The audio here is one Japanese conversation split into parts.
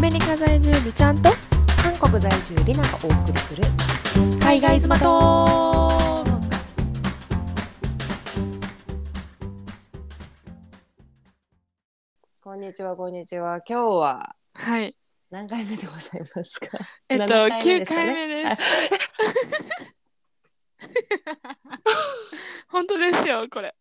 メリカ在住美ちゃんと韓国在住リナがお送りする海外妻とこんにちはこんにちは今日ははい何回目でございますかえっと7回目9ですかね回目です本当ですよこれ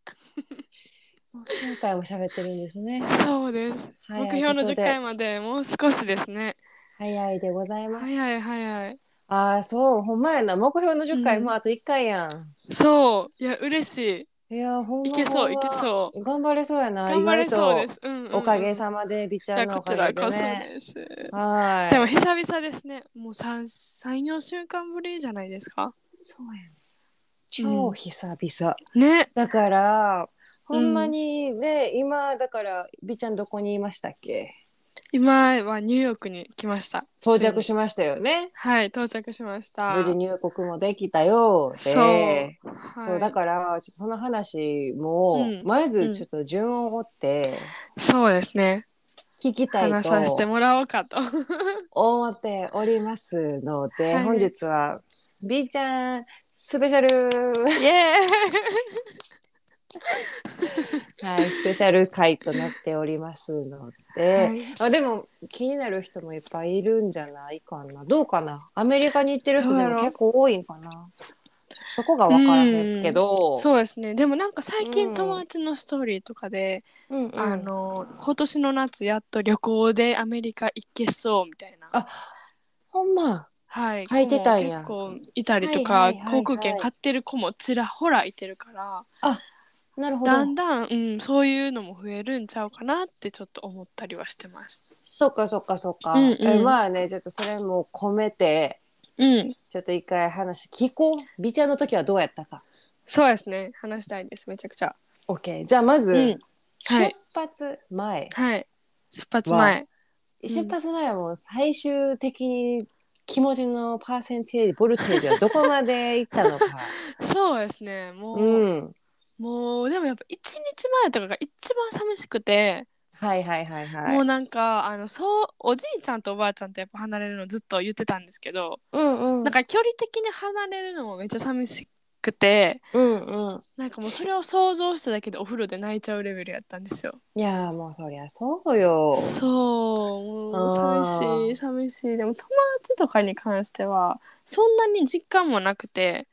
今回も喋ってるんですねそうです早 目い標のこと10で回までもう少しですね早いでございます、早い早いああそうほんまやな目標の10回、うんもうあと1回やそういや嬉しんいやーほんいまいけそういほんまけそう頑張れそうやな頑張れそうで意すうんうんうん外とおかげさまで美ちいゃやんのおこかちらげでこそねですはーいでも久々ですねもう34週間ぶりじゃないですかそうやん超久々、ねだからほんまにね、今だから美ちゃんどこにいましたっけ今はニューヨークに来ました到着ついにしましたよねはい到着しました無事入国もできたよでそうそう,、はいだからちょっとその話も、うんまずちょっと順を追ってそうですね聞きたい話とさせてもらおうかと思っておりますので、はい本日は B ちゃんスペシャル イエはい スペシャル回となっておりますーので、イ、はいあでも気になる人もいっぱいいるんじゃないかなどうかなアメリカに行ってる人どうでやろもう結構多いんかなそこが分からへんけど、そうですねでもなんか最うん近友達のストーリーとかで、うんうんあの今年の夏やっと旅行でアメリカ行けそうみたいなあほんまはい書いてたんや子も結構いたりとか、はいはいはいはい航空券買ってる子もちらほらいてるからなるほどだんだん、うん、そういうのも増えるんちゃうかなってちょっと思ったりはしてます。そっかそっかそっか、うんうんえまあねちょっとそれも込めてうん、ちょっと一回話聞こう美ちゃんの時はどうやったかそうですね話したいですめちゃくちゃ。 OK じゃあまず、うんは出い発前、はい出発前うん出発前はもう最終的に気持ちのパーセンテージボルテージはどこまでいった のかそうですねもう、うんもうでもやっぱ1日前とかが一番寂しくて、はいはいはいはい。もうなんかあのそうおじいちゃんとおばあちゃんとやっぱ離れるのずっと言ってたんですけど、うんうん。なんか距離的に離れるのもめっちゃ寂しくてうんうん。なんかもうそれを想像しただけでお風呂で泣いちゃうレベルやったんですよ。いやーもうそりゃそうよ。そうもうあ寂しーい寂しいでも友達とかに関してはそんなに実感もなくて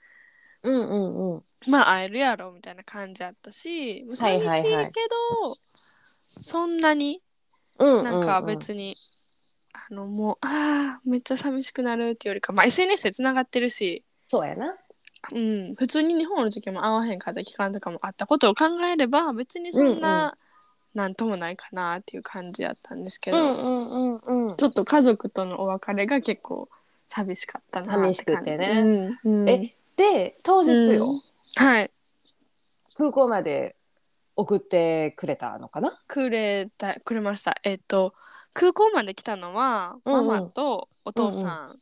うんうんうん。まあ会えるやろみたいな感じやったしもうはい寂しいけど、はいはいそんなにうんなんか別に、あのもうあーめっちゃ寂しくなるっていうよりか、まあ、SNS でつながってるし、そうやな。うん、普通に日本の時も会わへんかった期間とかもあったことを考えれば別にそんうんうななんともないかなっていう感じやったんですけうど。んうんうんうん。ちょっと家族とのお別れが結構寂しかったな寂しくてっねて感じうんうんえで当日よ、うんはい空港まで送ってくれたのかな。くれたくれましたえっ、と空港まで来たのは、うんうんママとお父さ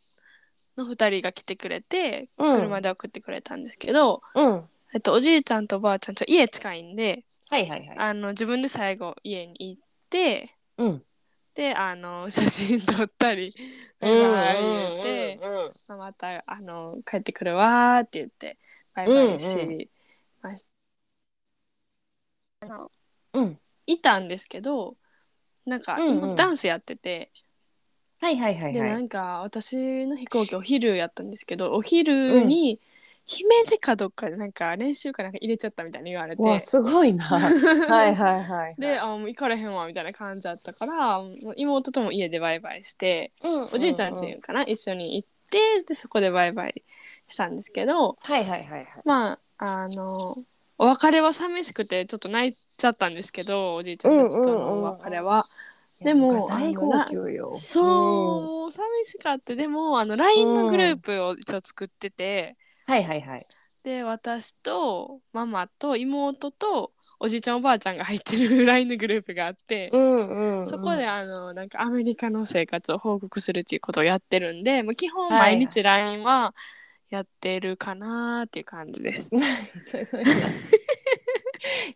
んの2人が来てくれて、うん車で送ってくれたんですけど、うん。はえっと、おじいちゃんとおばあちゃんちょ家近いんでいはいはい。あの自分で最後家に行ってうん。であの写真撮ったりううん うんわー言うて。うんまあまたあの帰ってくるわーって言ってバイバイしましうん。いたんですけどなんか、うんうんダンスやっててはいはいはいでは。ないんか私の飛行機お昼やったんですけどお昼に姫路かどっかでなんか練習かなんか入れちゃったみたいに言われてうわすご いな。はいはいはい。で、あもう行かれへんわみたいな感じだったからもう妹とも家でバイバイしてうんおじいちゃんうちかな、一緒に行ってでそこでバイバイしたんですけどはいはいはいはい。まああのお別れは寂しくてちょっと泣いちゃったんですけどおじいちゃんたちとのお別れは、でもいや大号泣よ。うん。そう寂しかったでもあの LINE のグループを一応作ってて、はいはいはい。で私とママと妹とおじいちゃんおばあちゃんが入ってる LINE のグループがあって、んうん。そこであのなんかアメリカの生活を報告するっていうことをやってるんでもう基本はい毎日 LINE は やってるかなっていう感じです。すごいな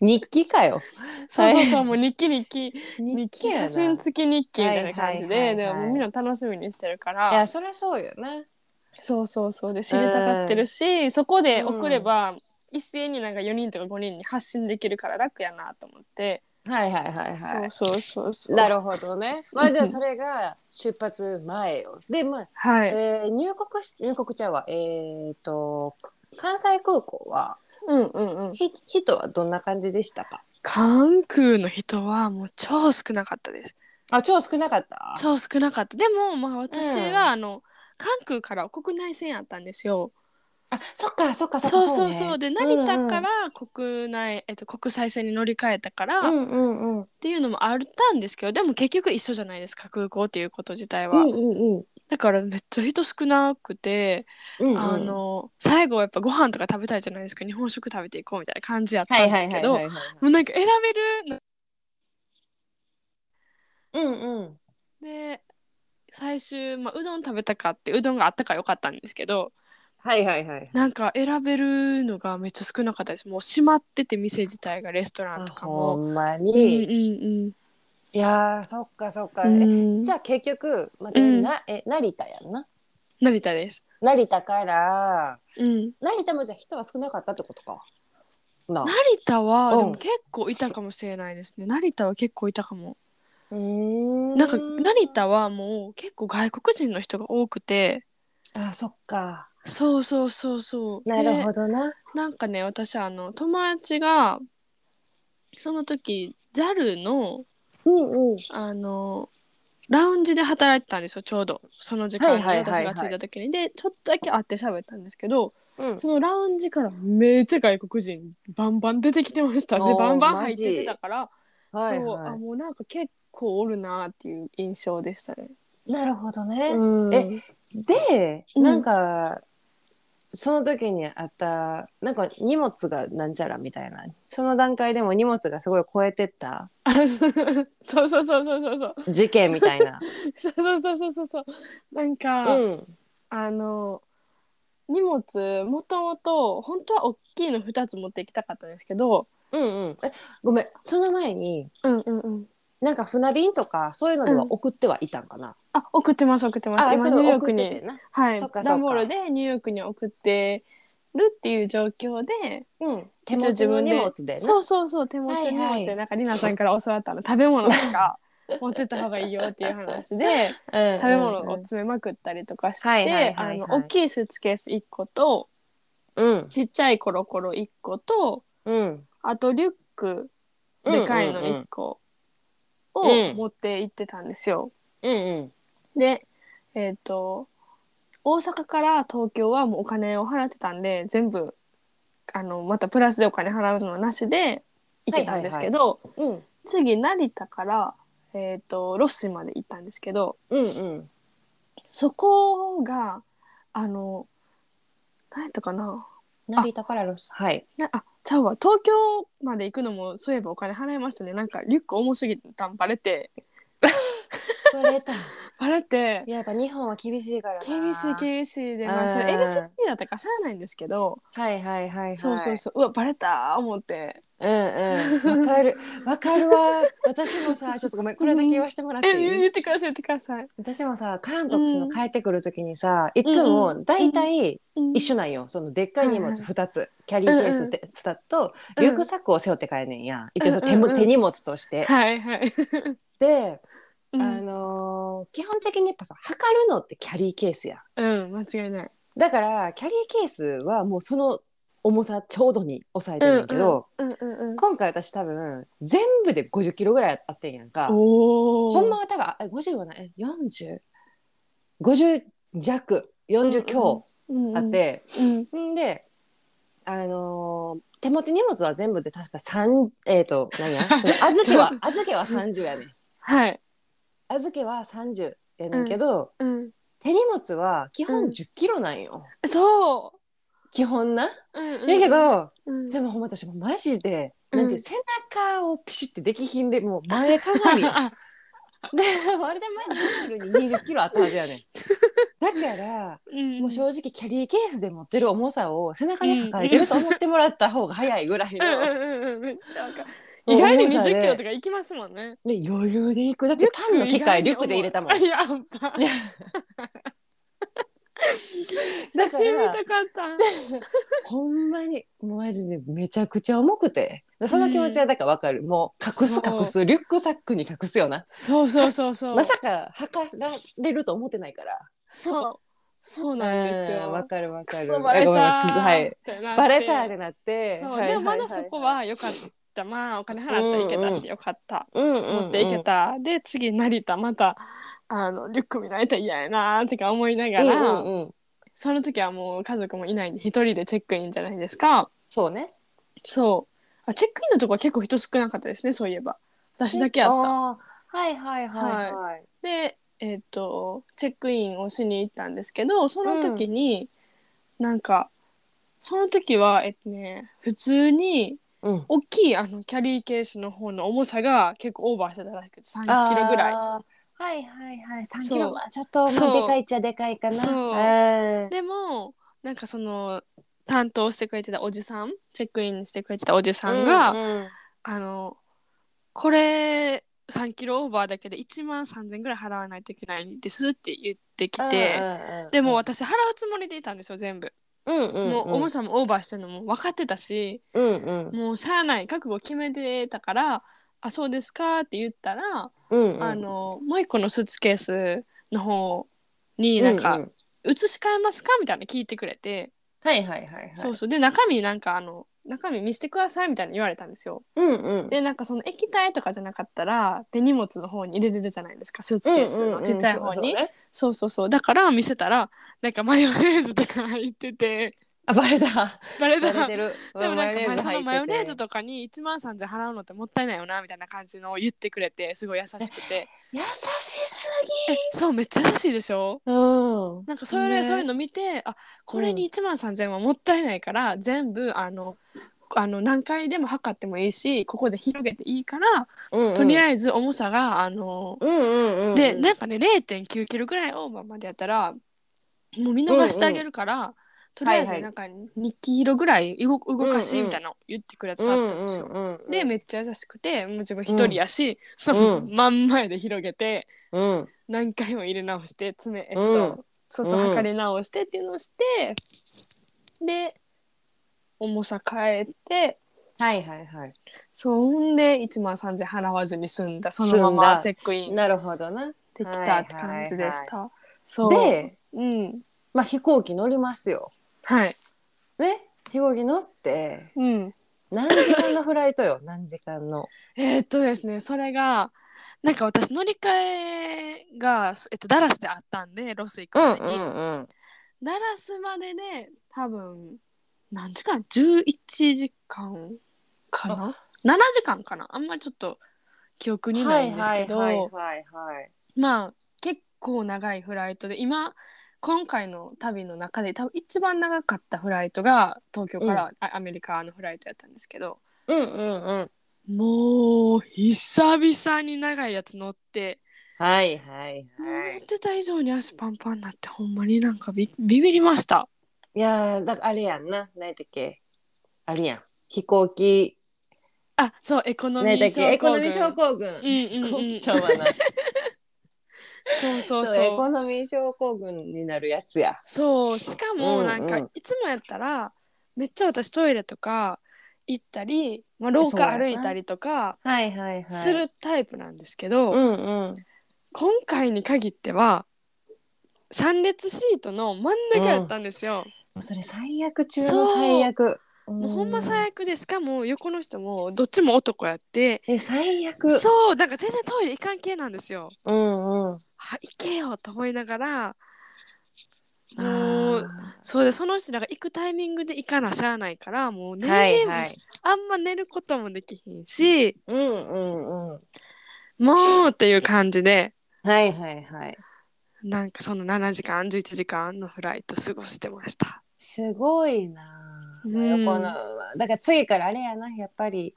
日記かよ。そうそうそう、もう日記日記。日日記記やな。写真付き日記みたいな感じはいはで、いはいではいもみんな楽しみにしてるかいら。や、そりゃそうよね。そうそうそうで知りたがってるし、そこで送れば、一斉になんか4人とか5人に発信できるから楽やなと思って、はいはいはいはい。そうそうそうそうなるほど ね。まあじゃあそれが出発前よ。で、まあ、はい、えー入国し、入国ちゃうわ。えっ、と、関西空港は、うんうんうんひ、人はどんな感じでしたか関空の人はもう超少なかったですあ、超少なかった。超少なかったでもまあ私うんはあの、関空から国内線やったんですよあ、そっかそっかそっそか。うそうねそうで成田から国内、えっと、国際線に乗り換えたから、うっんうんうん。ていうのもあったんですけどでも結局一緒じゃないですか空港っていうこと自体は、いいいいいい。だからめっちゃ人少なくて、うんうんあの最後はやっぱご飯とか食べたいじゃないですか日本食食べていこうみたいな感じやったはいんはでいすはけいはどいはい。もうなんか選べるうんうん。で最終、まあ、うどん食べたかってうどんがあったからよかったんですけどはいはいはい。なんか選べるのがめっちゃ少なかったですもう閉まってて店自体がレストランとかほも。んまうんうんに。いやー、そっかそっか。うんえうんじゃあ結局、またうんな、え、成田やんな。成田です。成田から、うん、成田もじゃあ人は少なかったってことか。な成田はうんでも結構いたかもしれないですね成田は結構いたかもうーんなんか成田はもう結構外国人の人が多くてあ、そっか。そうそうそうそうなるでほどな。なんかね私あの友達がその時 JAL のうんうん。あのラウンジで働いてたんですよちょうどその時間にはいはいはいは私が着いいた時に、でちょっとだけ会って喋ったんですけどうん。そのラウンジからめっちゃ外国人バンバン出てきてましたおねーバンバン入っててたから、はいそうはあもうなんか結構おるなっていう印象でしたね。い。なるほどね。うんえで、うんなんか、その時にあった、なんか荷物がなんちゃらみたいな。その段階でも荷物がすごい超えてったあ そうそうそうそうそうそう事件みたいな。そうそうそうそう そうなんか、うん。あの荷物もともと本当は大きいの2つ持って行きたかったんですけどうんうん。え、ごめん。その前に、うんうんうんなんか船便とか、そういうのでは送ってはいたんかな。あ、送ってます、送ってます。あ、今そうニューヨー送クっててに、な。はいそっかそっ、か段ボールでニューヨークに送ってるっていう状況で、うん。手持ちの荷物でね。そうそうそう、手持ちの荷はい物はいで、なんかりなさんから教わったの、食べ物とか持ってった方がいいよっていう話 で、うん食べ物を詰めまくったりとかしはいはいて、はあいの、はい大きいスーツケース1個と、うん。ちっちゃいコロコロ1個と、うん。あとリュック、でかいの1個をうん持って行ってたんですよ。うんうん。でえっ、と大阪から東京はもうお金を払ってたんで全部あのまたプラスでお金払うのはなしで行けたんですけど、うん。次成田から、えー、とロスまで行ったんですけどうんうん。そこがあの何やったかな成田からロス。はい。なあちゃうわ東京まで行くのもそういえばお金払いましたねなんかリュック重すぎたんバレてバレた。いバレてややっぱ日本は厳しいからな。厳しい厳しいでまうあんそれ LCC だったからしゃあないんですけど。はいはいはいはい。そうそうそそう、うわバレたー思ってう。うんうん。わかる。わかるわ。私も さ、ちょっとごめん、これだけ言わせてもらっえていい言ってください言ってください、私もさ、韓国その帰ってくるときにさ、いつもだいたい一緒なんよ。そのでっかい荷はい物はい二つ、キャリーケースって二つと、リュックサックを背負って帰んねんや。一応その手もうんうんうん手荷物として。はいはい、で、うあん、のー基本的にやっぱさ測るのってキャリーケースやうん、間違いないだからキャリーケースはもうその重さちょうどに抑えてるんやけど、うんうんうん今回私多分全部で50キロぐらいあってんやんかおおほんまは多分あ50はないえ4050弱40強あって、うんんであのー手持ち荷物は全部で確か3えっ、と何や その預けは預けは30やねんはい預けは30やねんけど、うん手荷物は基う本ん10キロなんよ、そ基本な、う、うんうん、だけ、ど、うん、でもほんま私もうマジで、うん なんていう背中をピシッてできひんでもう前かがみああれで前にジングルに20キロあったは ずやねん。だから、うんもう正直キャリーケースで持ってる重さを背中に抱えてると思ってもらった方が早いぐらいうんの。うんうんうんめっちゃわかる意外に重さで20キロとか行きますもんね。ね、余裕でいく。だってパンの機械リュックで入れたもん。いや、や ばいや写真見たかった。ほんまに、もうマジでめちゃくちゃ重くて。その気持ちはだからわかる。もう隠すそう隠す、リュックサックに隠すよな。そうそうそうそう。まさか履かされると思ってないから。そう。そうなんですうんよわ。かるわクかる。ソバレたごめんごめんつはい。ってなってバレたってなって。そう、はいでもまだそこは良かった。まあお金払ったらいけたうんうし、良かった。いいうんうんうん持っていけた。で、次成田また、あの、リュック見られたら嫌やなーってか思いながら、うんうんうんその時はもう家族もいないんで、一人でチェックインじゃないですか。そうね。そう。あ、チェックインのとこは結構人少なかったですね、そういえば。私だけやった。あーはいはいはいはい。で、えっとチェックインをしに行ったんですけどその時に、なんかその時はえっとね普通にうん。大きいあのキャリーケースの方の重さが結構オーバーしてたらしくて3キロぐらい。あー。はいはいはい。三そうキロはちょっとまそうあでかいっちゃでかいかな。そううんでもなんかその担当してくれてたおじさんチェックインしてくれてたおじさんが、うんうんあのこれ3キロオーバーだけで1万3,000ぐらい払わないといけないんですって言ってきて、うんうんうんでも私払うつもりでいたんですよ全部。うんうんうん、もう重さもオーバーしてるのも分かってたし、うんうんもうしゃあない覚悟決めてたから「あそうですか」って言ったら、うんうん、あのもう一個のスーツケースの方になんか「うう移し替えますか?」みたいな聞いてくれて、はいはいはいはいそうそうで中身なんかあの中身見せてくださいみたいな言われたんですよ。うんうんでなんかその液体とかじゃなかったら手荷物の方に入れれるじゃないですかスーツケースのちっちゃい方に、うんうんうんそうそうそそうねうそうだから見せたらなんかマヨネーズとか入ってて あバレたバレたバレてる でもなんかまあそのマヨネーズととかに1万3000払うのってもったいないよなみたいな感じのを言ってくれてすごい優しくて優しすえそうめっちゃ優しいでしょぎうんなんかそれ、ねそういうの見てあこれに1万3000はもったいないから、全部あのあの何回でも測ってもいいしここで広げていいから、うんうんとりあえず重さがあの、うんうんうんうんでなんかね0 9キロぐらいオーバーまでやったらもう見逃してあげるから、とりあえはいはずいなんか2キロぐらい動動かしみたいなの言ってくれてたんですよ。うんうんうんでめっちゃ優しくてもう自分一人やし、そのうん真ん前で広げてうん何回も入れ直して爪、えっとうんそうそううん測り直してっていうのをしてで重さ変えてはいはいはいそうほんで1万3,000払わずに済んだそのま済んまだチェックインでなるほどなきたって感じでした。そうでうんまあ飛行機乗りますよはいね飛行機乗ってうん、何時間のフライト よ何時間のえーっとですねそれがなんか私乗り換えが、えっと、ダラスであったんでロス行く前に。うんダラスまでで多分何時間 ?11 時間かな ?7 時間かなあんまちょっと記憶にないんですけど、はいはいはいまあ結構長いフライトで今今回の旅の中で多分一番長かったフライトが東京から、あアメリカのフライトやったんですけどうんうんうんもう久々に長いやつ乗って、はいはいは思っい。てた以上に足パンパンになってほんまになんかびビビりました。いやーだからあれやんな、何やったっけあれやん。飛行機、あそうエコノミ何ーやった症っけエコ候ノミー群症候んう群。んうん飛行機ちゃうわな。そうそ そううそうエコノミー症候群になるやつや。そうしかうんもうんなんか、いつもやったらめっちゃ私トイレとか行ったり、まあ、廊そうや下な歩いたりとかはいはいはい。す。るタイプなんですけど、うんうん。今回に限っては3列シートの真ん中やったんですよ、もうそれ最悪中の最悪。もうほんま悪。最悪でしかも横の人もどっちも男やってえ、最悪。そうなんか全然トイレ行かん系なんですようんうん。あ行けよと思いながらあもうーそうでその人なんか行くタイミングで行かなしゃあないからもう寝る、はいはい。あんま寝ることもできひんしうんうんうん。もうっていう感じではいはいはい。なんかその7時間11時間のフライト過ごしてました。すごいなあ、うんこのだから次からあれやなやっぱり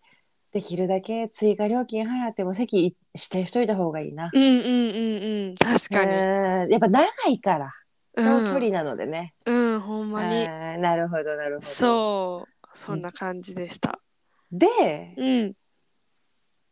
できるだけ追加料金払っても席指定しといた方がいいな。うんうんうんうん確かに、うんやっぱ長いからう長ん、距離なのでね。うんほんまに、あーなるほどなるほど。そうそんな感じでしたでうん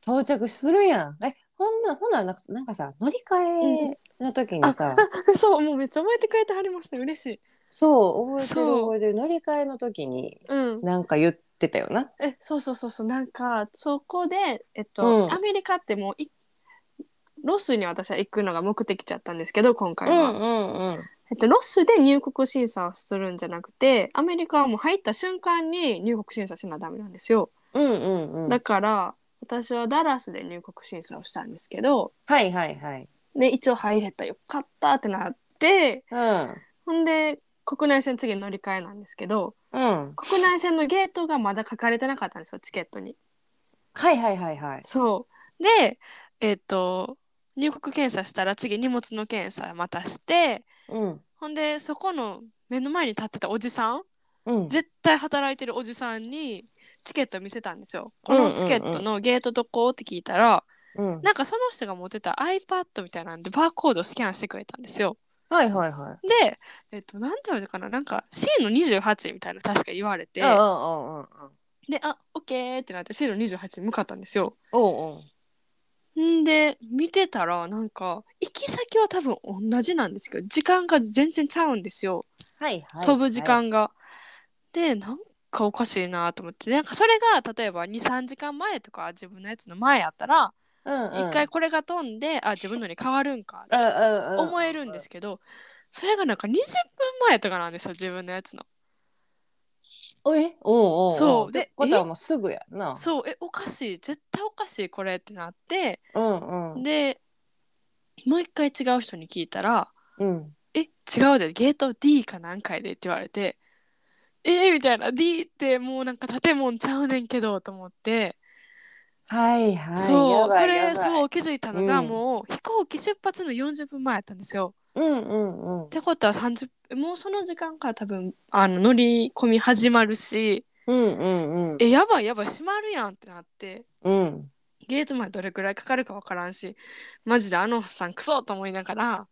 到着するやん。えほんなほんならなんかなんかさ乗り換えの時にさ、 そうもうめっちゃ覚えてくれてはりました嬉しいそう覚えてるそう覚えてる乗り換えの時にうんなんか言ってたよな。えそうそうそうそうなんかそこでえっと、うんアメリカってもういロスに私は行くのが目的地だったんですけど今回は、うんうん。えっと、ロスで入国審査をするんじゃなくてアメリカはもう入った瞬間に入国審査しなダメなんですようんうんうん。だから私はダラスで入国審査をしたんですけどはいはいはい。で一応入れたよかったってなってうん。ほんで国内線次乗り換えなんですけどうん。国内線のゲートがまだ書かれてなかったんですよチケットに。はいはいはいはい。そうでえっ、と入国検査したら次荷物の検査またしてうん。ほんでそこの目の前に立ってたおじさんうん。絶対働いてるおじさんにチケット見せたんですよ。うこんうんうんのチケットのゲートどこって聞いたら、うん。なんかその人が持ってた iPad みたいなんでバーコードスキャンしてくれたんですよ。はいはいはで、えっと、なんて言われたかななんか C の28みたいな確か言われい。てうんうんうんうん。で、あ、OK ってなって C の28に向かったんですよ。おうおう。んで見てたらなんか行き先は多分同じなんですけど時間が全然ちゃうんですよはいはい。飛ぶ時。間が。でなんかおかしいなと思ってなんかそれが例えば23時間前とか自分のやつの前やったらうんうん。一回これが飛んであ自分のに変わるんかうんって うんうん。思えるんですけどそれがなんか20分前とかなんですよ自分のやつの。おえおうおうおう。そうでってことはもうすぐやんな。そうえおかしい絶対おかしいこれってなってうんうん。でもう一回違う人に聞いたらうん。え違うでゲート D か何回でって言われてえー、みたいな D ってもうなんか建物ちゃうねんけどと思って、はいはい。そうそれう。そう気づいたのがうんもう、飛行機出発の40分前やったんですよ。うんうんうんっ。てことは30もうその時間から多分あの乗り込み始まるしうんうんうん。えやばいやばい閉まるやんってなってうん。ゲートまでどれくらいかかるかわからんしマジであのおっさんクソと思いながら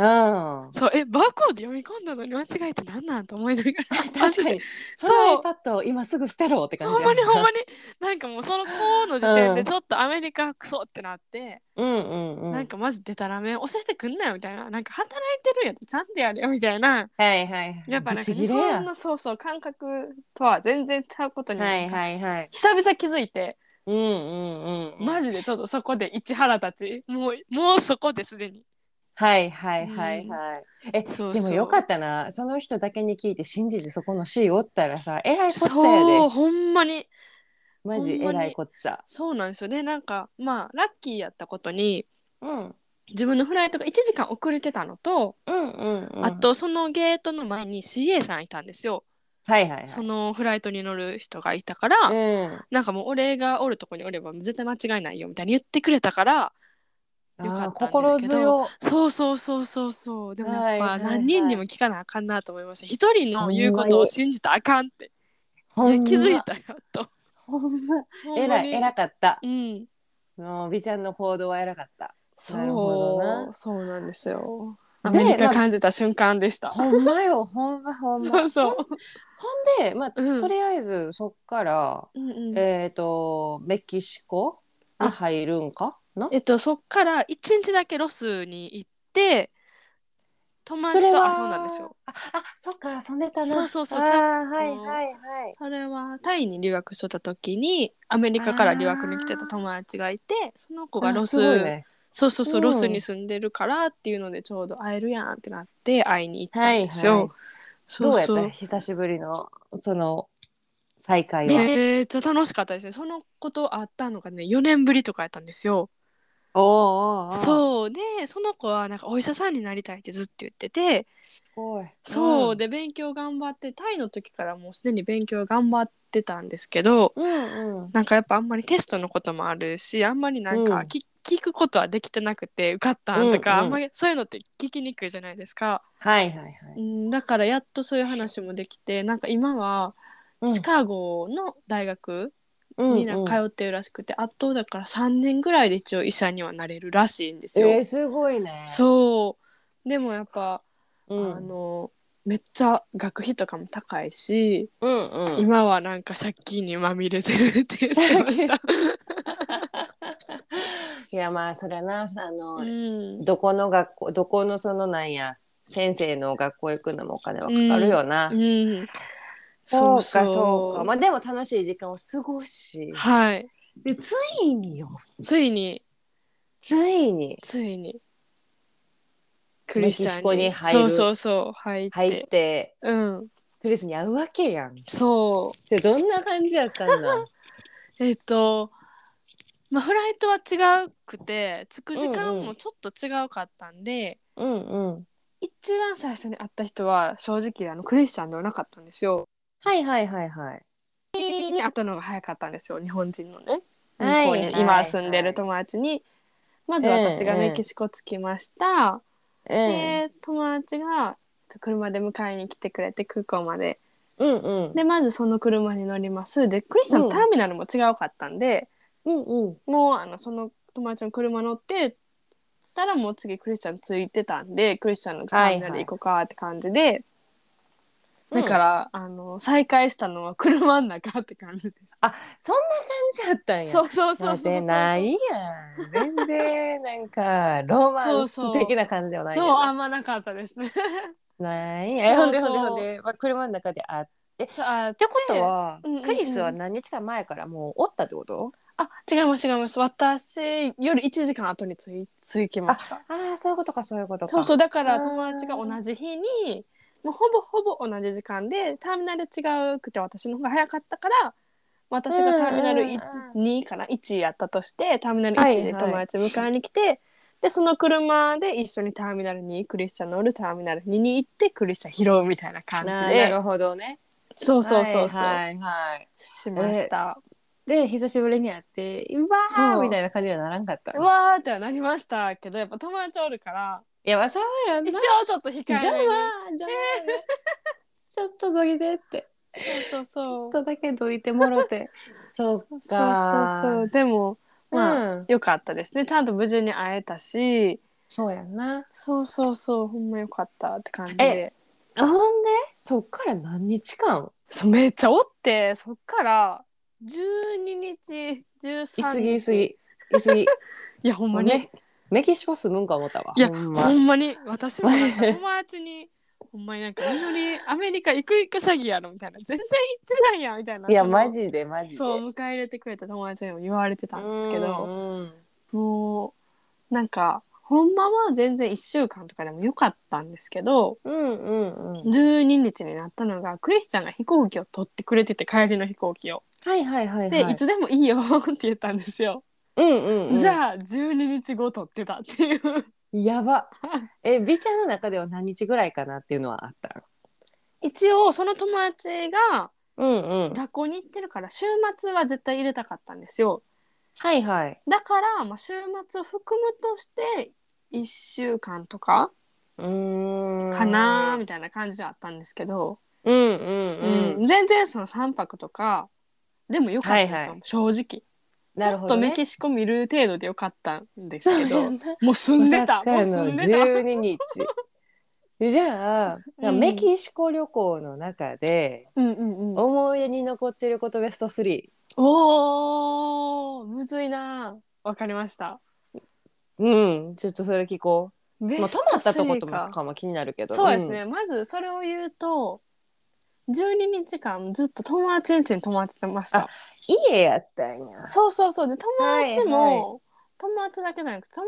あそうえバーコード読み込んだのに間違えてなんなんと思いながら 確かに。そそうの iPad を今すぐ捨てろって感じ。ほんまにほんまに。になんかもうその子の時点うでんちょっとアメリカクソってなって、うんうんうん。なんかマジでたらめ教えてくんなよみたいななんか働いてるんやつちゃんとやれよみたいなはいはい。やっぱブなんかチ日ギレや本のそうそう感覚とは全然ちゃうことに、はいはいはい。久々気づいてうんうんうん。マジ。ジでちょっとそこで市原たちもうもうそこですでにはいはいはいはい。え、そうでそうもよかったな。その人だけに聞いて信じてそこの C おったらさ、えらいこっちゃやそでう。ほんまにマジほんえまにらいこっちゃ。そうなんですよねなんかまあラッキーやったことにうん。自分のフライトが1時間遅れてたのと、うんうんうん。あ。とそのゲートの前に CA さんいたんですよはいはいはい。そのフライトに乗る人がいたから、うん。なんかもう俺がおるとこにおれば絶対間違いないよみたいに言ってくれたからよかったんあーですけど心強。そうそうそうそうそうでもはやっいはいはぱい何人にも聞かなあかんなと思いました一人の言うことを信じたらあかんっていほんやま気づい。たよとほんま。ほんまえらいにえらかったう。んもう美ちゃんの行動はえらかった。なるそうほどなそうなんですよでアメリまカあ感じた瞬間でした、ほんま よ、ほんまほんま。そうそうほんで、まあ、うんとりあえずそっから、うんうんえっ、と、メキシコに入るんかなえっとそっから一日だけロスに行って友そ達とれは遊んだんですよ。あ、あ、そっか、遊んでたな。そうそうそうあーちゃはいはいはい。それはタイに留学してた時にアメリカから留学に来てた友達がいてその子がロあス、すごいね。そうそうそう、うんロスに住んでるからっていうのでちょうど会えるやんってなって会いに行ったはんいですよ。はい。そどううやっそたう久しぶりの、その、再会は。めっちゃ楽しかったですねそのことあったのがね4年ぶりとかやったんですよ。おーおーおーそうでその子はなんかお医者さんになりたいってずっと言っててすごい。そう、ん。で勉強頑張ってタイの時からもうすでに勉強頑張ってたんですけどうんうん。なんかやっぱあんまりテストのこともあるしあんまりなんうかんき、聞くことはできてなくて受かったんとか、うんうんあんまりそういうのって聞きにくいじゃないですか、はいはいはい。うん、だからやっとそういう話もできてなんか今はうんシカゴの大学うんになんか通ってるらしくて、あとだから3年ぐらいで一応医者にはなれるらしいんですよ。えー、すごいね。そうでもやっぱ、うん。あのめっちゃ学費とかも高いし、うんうん。今はなんか借金にまみれてるって言ってま した。いやまあそれなあの、うんどこの学校どこのそのなんや先生の学校行くのもお金はかかるよな。うん、そうかそうか。まあでも楽しい時間を過ごし。はいでついによ。ついについについにクリスチャンメキシコに入るそうそうそう入って入ってうんクリスに会うわけやん。そでどんな感じやったんだ。うえっ、とまあフライトは違くて着く時間うんうもんちょっと違うかったんで、 うんうん。一番最初に会った人は正直あのクリスチャンではなかったんですよ。はいはいはいはい。に会ったのが早かったんですよ日本人のね。はい向こうに今住んでる友達に、まず私がメキシコ着きました。うんで友達が車で迎えに来てくれて空港までうんうん。でまずその車に乗りますでクリスチャンのターミナルも違うかったんで、うんうん。もうあのその友達の車乗ってたらもう次クリスチャンついてたんでクリスチャンのターミナル行こうかって感じで、だから、あの再会したのは車の中って感じでそんな感じやったんや。す。そうそうそうそうそうなぜないやん。全然なんかロマンス的な感じではないそようねあんまなかったですね。ないそうえほんでそほうんでほんで、まあ、車の中であっそうあてことは、うんうんうんクリスは何日か前からもうおったってことあ違います違います私夜1時間後についついきました。ああそういうことかそういうことかそうそううだからあー友達が同じ日にもうほぼほぼ同じ時間でターミナル違うくて私の方が早かったから私がターミナルうんうんいうん2かな1やったとしてターミナルはい1で友達迎えに来て、でその車で一緒にターミナル2クリスチャン乗るターミナル2に行ってクリスチャン拾うみたいな感じななでるほどねそうそうそうそう、はいはい、はいしました、で久しぶりに会ってうわそーうみたいな感じにはならんかったうわーってはなりましたけどやっぱ友達おるからいやまあそうやん一応なちょっと控えめじにゃあじゃあ、ちょっとどいてってそうそうちょそっうとだけどいてもろてそうそうかそうそうでもまあ、うん、よかったですねちゃんと無事に会えたしそうやんなそうそうそうほんまよかったって感じでほんでそっから何日間そうめっちゃおってそっから12日いすぎ13い日すぎいすぎいやほんまに、メメキシコ住むんか思ったわいやほんほまんまに私もなんか友達にほんまになんか「みのりアメリカ行く行く詐欺やろ」みたいな「全然行ってないやん」みたいないいやマジでマジでそう迎え入れてくれた友達にも言われてたんですけど、うんうんもうなんかほんまは全然1週間とかでもよかったんですけどうんうんうん12日になったのがクリスチャンが飛行機を取ってくれてて帰りの飛行機を。はいはいはいはいで、い、つでもいいよって言ったんですよ。うんうん、うん、じゃあ12日後取ってたっていう。や ばえ美ちゃんの中では何日ぐらいかなっていうのはあったの一応その友達がうんうん学校に行ってるから週末は絶対入れたかったんですよ。はいはいだから、まあ、週末を含むとして1週間とかうーんかなみたいな感じではあったんですけど。うんうんうん、うん、全然その3泊とかでもよかったんですよ、はいは正直、なちるょほっどとねメキシコ見る程度でよかったんですそうけやどなもう住んでたまもうさか住のんでた12日 じゃあ、うんメキシコ旅行の中でうんうんうん思い出に残っていることベスト3おーむずいなわかりましたうんちょっとそれ聞こまう、まあ、泊まったとこともかも気になるけどそうですね、、まずそれを言うと12日間ずっと友達ん家に泊まってましたあうん家やったんやそうそうそうで友達も、はいは友達だけじゃなくて友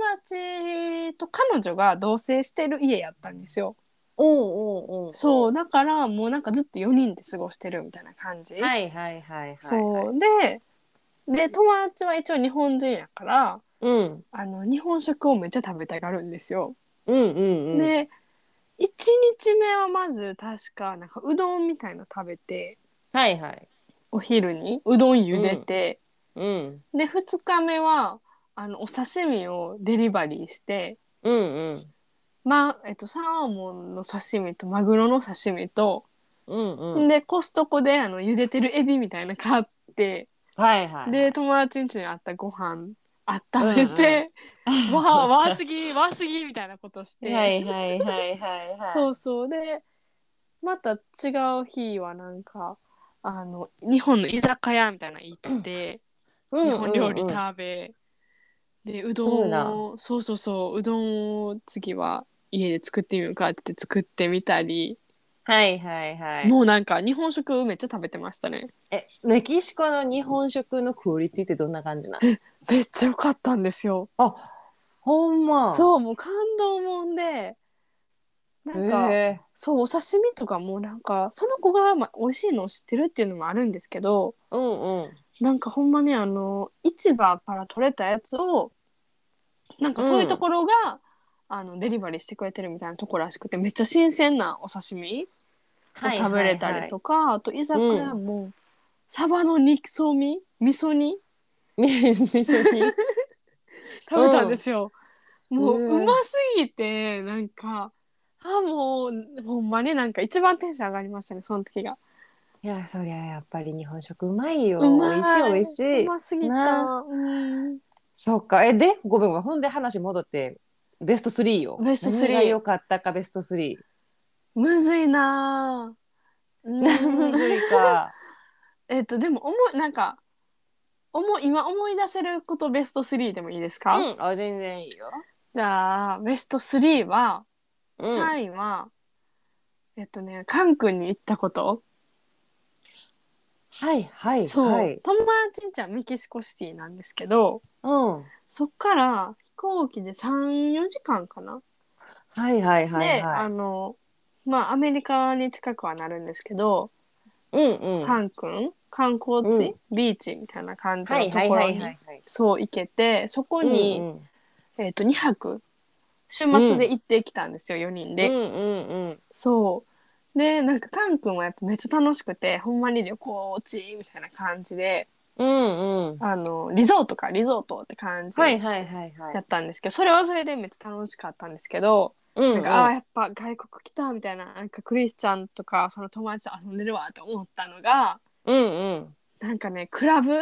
達と彼女が同棲してる家やったんですよおうんうんうんそうだからもうなんかずっと4人で過ごしてるみたいな感じ、はいはいはいはいはいそうでで友達は一応日本人やからうんあの日本食をめっちゃ食べたがるんですよ、うんうんうんで1日目はまず確かなんかうどんみたいなの食べてはいはいお昼にうどん茹でて、うんで2日目はあのお刺身をデリバリーして、うんうんまあえっと、サーモンの刺身とマグロの刺身とうんうんでコストコであの茹でてるエビみたいなの買ってはいはい。で友達ん家にあったご飯温めて、 わあわあすぎわあすぎみたいなことして、はいはいはいはいはい。そうそうでまた違う日はなんかあの日本の居酒屋みたいなの行って、うんうんうん、日本料理食べ、でうどんをそうそうそううどんを次は家で作ってみようかって言って作ってみたり、はいはいはい。もうなんか日本食めっちゃ食べてましたねえ、メキシコの日本食のクオリティってどんな感じなのめっちゃ良かったんですよほんま。う。そうもう感動もんでなんか、えそうお刺身とかもなんかその子が、ま、美味しいのを知ってるっていうのもあるんですけどーうんうん。なんかほんまにあの市場から取れたやつをなんかそういうところが、あのデリバリーしてくれてるみたいなところらしくてめっちゃ新鮮なお刺身を食べれたりとか、あと居酒屋も、サバの肉そみ味噌煮みみそに。食べたんですよ。もううわうますぎてなんかあもうほんまになんか一番テンション上がりましたねその時が。 いや、そりゃやっぱり日本食うまいよ。うまい美味しい美味しうい。ますぎた。なうんそっか。え、で、ごめんごめん。ほんで話戻って、ベスト3よ。ベスト3何が良かったか、ベスト3。 むずいなぁ。うんむ ずいか。えっとでも思いなんか思い今思い出せることベスト3でもいいですか、うん、あ、全然いいよ。じゃあベスト3は、うん。 3位はえっとねカン君に行ったこと、はいはいそう、はい。友達んちはメキシコシティなんですけどうん。はそっから飛行機で34時間かな、いはいはいであはい。のまあアメリカに近くはなるんですけど、うんうん。カン君観光地、ビーチみたいな感じのところに、い。そう行けてそここに、うんえっ、と、2泊、週末で行ってきたんですよ、4人うん、で。うんうんそう。で、なんか、カン君はやっぱめっちゃ楽しくて、ほんまに旅行地みたいな感じで、うんうん。あの、リゾートか、リゾートって感じだはいはいはいはっい。たんですけど、それはそれでめっちゃ楽しかったんですけど、うんなんか、ああー、やっぱ外国来たみたいな、なんかクリスチャンとか、その友達と遊んでるわって思ったのが、うんうん。なんかね、クラブ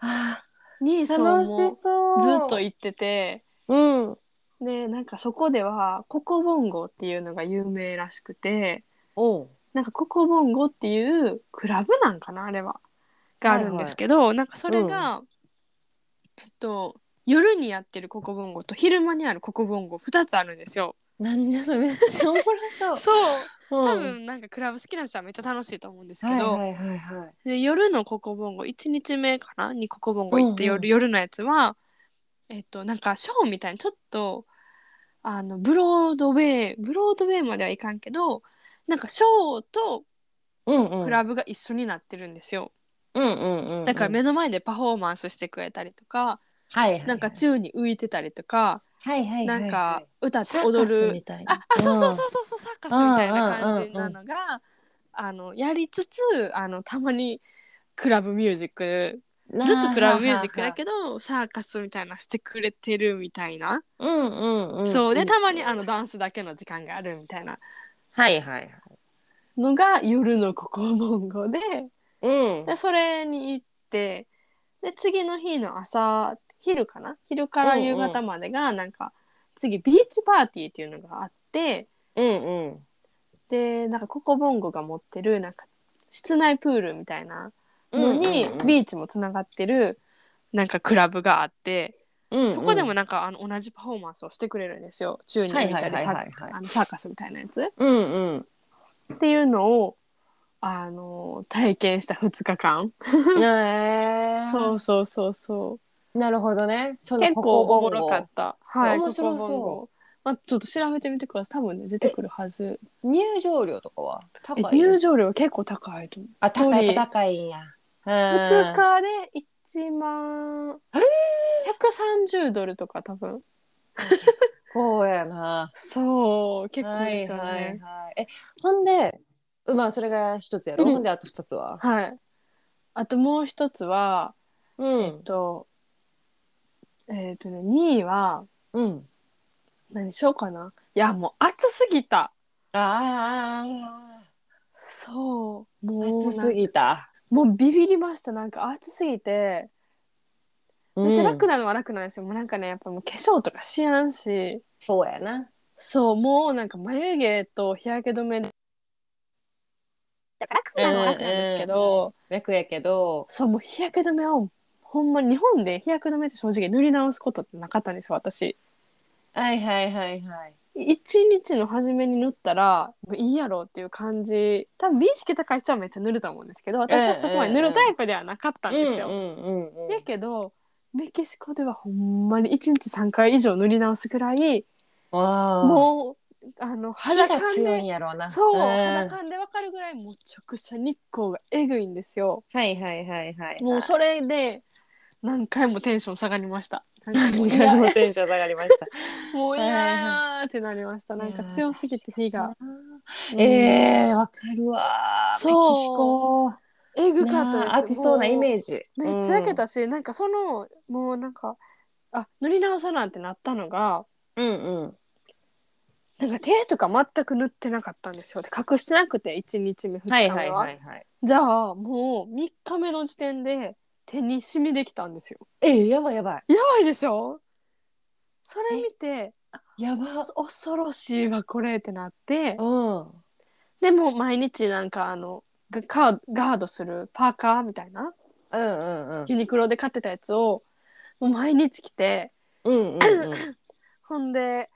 あにーそうも楽うしずそう。っと行ってて、うん。でなんかそこではココボンゴっていうのが有名らしくておう。なんかココボンゴっていうクラブなんかなあれはがあるんですけど、なんかそれが、えっと夜にやってるココボンゴと昼間にあるココボンゴ2つあるんですよ。。なんじゃそれめっちゃおもろそうそう多多分なんかクラブ好きな人はめっちゃ楽しいと思うんですけど、はいはいはいはい。で夜のココボンゴ1日目かなにココボンゴ行ってうんうん夜,、夜のやつはえっとなんかショーみたいにちょっとあのブロードウェイブロードウェイまではいかんけどなんかショーとうんうん。クラブが一緒になってるんですよ、うんうんうん。だから目の前でパフォーマンスしてくれたりとか、はいはいはい。なんか宙に浮いてたりとか、はいはいはいはい。なんか歌ってサー踊カるスみたいな。ああそうそううそん。うそうそうサーカスみたいな感じなのが、あのやりつつあのたまにクラブミュージックずっとクラブミュージックだけどサーカスみたいなしてくれてるみたいな、ど。うんうんうん。そうでたまにあのダンスだけの時間があるみたいなはいはいはい。のが夜のココボンゴでうん。でそれに行ってで次の日の朝昼かな昼から夕方までがなんか、次ビーチパーティーっていうのがあってうんうん。でなんかココボンゴが持ってるなんか室内プールみたいなのにビーチもつながってるなんかクラブがあって。ーそこでもなんかあの同じパフォーマンスをしてくれるんですよ宙に浮いたりはいはいはいはいサはいあのサーカスみたいなやつっうんうん。ていうのをあの体験した2日間ねえそうそうそうそなるほどね。そうの結構おもろかこったはい面白そうココボンゴまあ、ちょっと調べてみてください多分ね出てくるはずこ入場料とかはえ高い入場料は結構高いと思うあ、高い一人高いんや。 2日で1万130ドルとか多分こうやな。そう結構はいいいですよねはいはい。え、ほんで、まあそれが一つやろ。うんほんであと二つは。はい、あともう一つはうえっ。と、えっとね、2位は、うん。何しようかな。いや、もう暑すぎた。あーあーあーあそう。もー。う暑すぎた。もうビビりましたなんか暑すぎてめっちゃ楽なのは楽なんですよ、もうなんかねやっぱもう化粧とかしやんしそうやな。そうもうなんか眉毛と日焼け止めで楽なのは楽なんですけど、楽やけど、そうもう日焼け止めをほんま日本で日焼け止めって正直塗り直すことってなかったんですよ私はいはいはいはい。一日の初めに塗ったらもういいやろっていう感じ多分美意識高い人はめっちゃ塗ると思うんですけど私はそこまで塗るタイプではなかったんですよ、うんうんうんうんだけどメキシコではほんまに1日3回以上塗り直すくらいわあもうあの肌肌が感強いんでやろうな。そう、ん肌感でわかるぐらいもう直射日光がえぐいんですよはいはいはいはい。もうそれで何回もテンション下がりましたなんかもうう 嫌のテンション下がりました。もう嫌はいやーってなりましたなんか強すぎて火が、うんええわかるわー。そうメキシコ。えぐかったです暑そうなイジメージ。めっちゃ焼けたし、なんかそのもうなんかあ塗り直さなんてなったのがうん。うんうん。なんか手とか全く塗ってなかったんですよで隠してなくて1日目2日目は,、はいはいはいはい。じゃあもう3日目の時点で手にシミできたんですよえーやばいやばい。やばいでしょそれ見てやば。恐ろしいわこれってなってうん。でも毎日なんかあのガカーガードするパーカーみたいなうんうんうん。ユニクロで買ってたやつをもう毎日着てうんうんうん。ほんで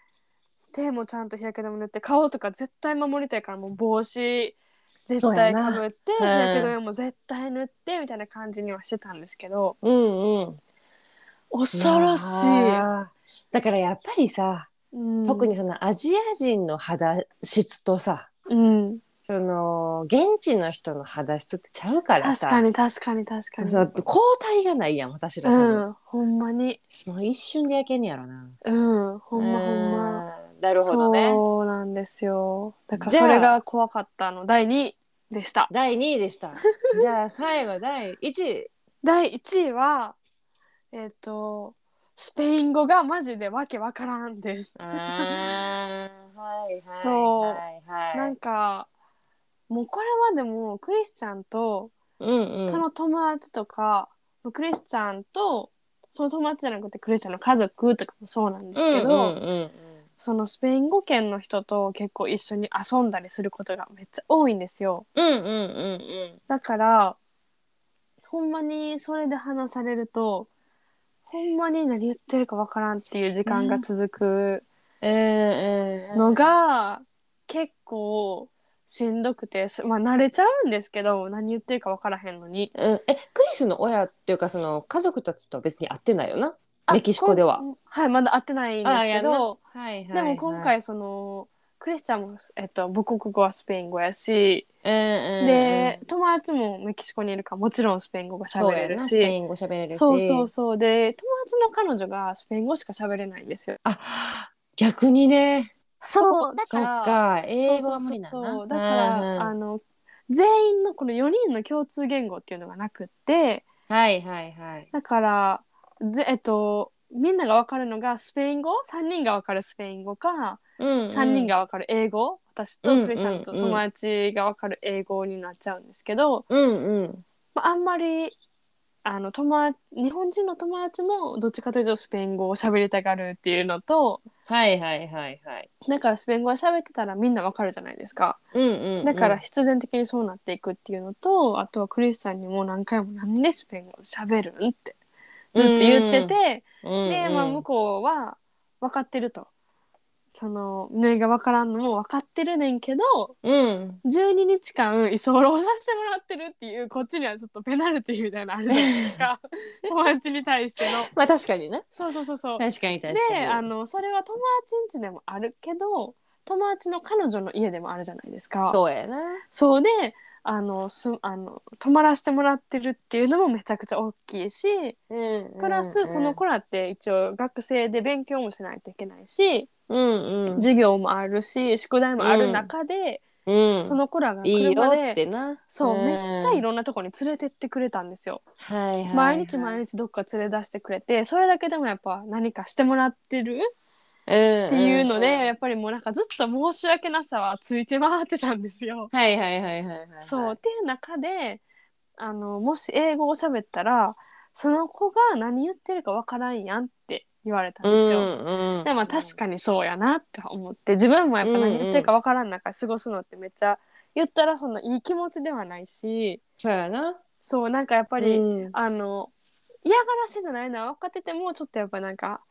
手もちゃんと日焼け止め塗って顔とか絶対守りたいからもう帽子そう絶や対なかぶってうん日焼け止めも絶対塗ってみたいな感じにはしてたんですけどうんうん。恐ろしい、わー。だからやっぱりさ、うん特にそのアジア人の肌質とさ、うん、その現地の人の肌質ってちゃうから確さ。かに確かに確かにそう交代がないやん私ら多分、うんほんまにその一瞬で焼けんねやろなうんほんまほんまうんなるほどねそうなんですよだからじゃあそれが怖かったの第2位でした第2位でした じゃあ最後第1位第1位はえっ、とスペイン語がマジでわけわからんです。あーはいはいそうはいなはいんかもうこれまでもクリスチャンとうんうんその友達とか、クリスチャンとその友達じゃなくてクリスチャンの家族とかもそうなんですけど、うんうんうんそのスペイン語圏の人と結構一緒に遊んだりすることがめっちゃ多いんですよ。うんうんうんだからほんまにそれで話されるとほんまに何言ってるかわからんっていう時間が続くうんのが結構しんどくてすまあ慣れちゃうんですけど何言ってるかわからへんのにうん、えクリスの親っていうかその家族たちとは別に会ってないよなあメキシコではこんはいまだ会ってないんですけどはいはいでも今、回そのクリスチャンも、えっと、母国語はスペイン語やし、うんうんうん、で友達もメキシコにいるからもちろんスペイン語が喋そうやれなるスペしイン語喋れるしそうそうそうで友達の彼女がスペイン語しか喋れないんですよ。あ逆にねそうだそっか英語は無理なんそうそうそうだだから、あの全員のこの4人の共通言語っていうのがなくってはいはいはいだからぜえっとみんなが分かるのがスペイン語3人が分かるスペイン語か、うんうん3人が分かる英語私とクリスさんとうんうんうん友達が分かる英語になっちゃうんですけど、うんうんまあ、あんまりあの友達日本人の友達もどっちかというとスペイン語を喋りたがるっていうのとはいはいはいはいだからスペイン語を喋ってたらみんな分かるじゃないですか。うんうんうんだから必然的にそうなっていくっていうのと、あとはクリスさんにも何回も「なんでスペイン語喋るん?」ってずっと言ってて、うんうんで、まあ、向こうは分かってると。その縫いが分からんのも分かってるねんけどうん12日間居候させてもらってるっていうこっちにはちょっとペナルティみたいなのあるじゃないです か友達に対してのまあ確かにねそうそうそうそう確かに確かにであのそれは友達ん家でもあるけど友達の彼女の家でもあるじゃないですかそうやなそうであのすあの泊まらせてもらってるっていうのもめちゃくちゃ大きいしプラスその子らって一応学生で勉強もしないといけないし、うんうん授業もあるし宿題もある中で、うんその子らがいいよ車っでてなそう、んめっちゃいろんなとこに連れてってくれたんですよ。はいはいはい毎日毎日どっか連れ出してくれてそれだけでもやっぱ何かしてもらってるっっていうので、やっぱりもうなんかずっと申し訳なさはついて回ってたんですよ。はいはいはいはいはいはいそうっていう中であのもし英語を喋ったらその子が何言ってるかわからんやんって言われたんですよ。うんでまあ確かにそうやなって思って自分もやっぱ何言ってるかわからん中過ごすのってめっちゃ言ったらそんないい気持ちではないしそうやな。やっそうなんかやっぱり、うん、あの嫌がらせじゃないのは分かっててもちょっとやっぱなんか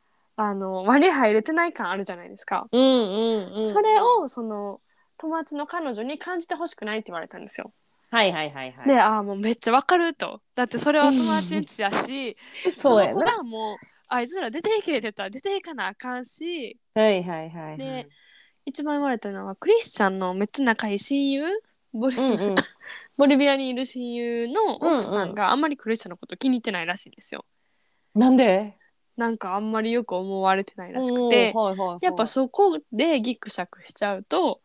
あの割り入れてない感あるじゃないですか。うんうんうん。それをその友達の彼女に感じてほしくないって言われたんですよ。はいはいはいはい。で、ああもうめっちゃわかると。だってそれは友達んちやし、そうやの子な。がもうあいつら出ていけって言ったら出ていかなあかんし、はいはいはいはい。で一番言われたのはクリスチャンのめっちゃ仲いい親友ボリ,、うん うん。ボリビアにいる親友の奥さんがあんまりクリスチャンのこと気に入ってないらしいんですよ。なんでなんかあんまりよく思われてないらしくて、うんはいはいはいやっぱそこでギクシャクしちゃうと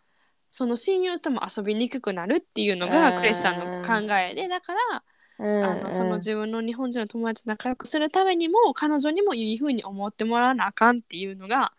その親友とも遊びにくくなるっていうのうがんクリスチャンの考えでだから、うんあのその自分の日本人の友達と仲良くするためにも彼女にもいい風に思ってもらわなあかんっていうのが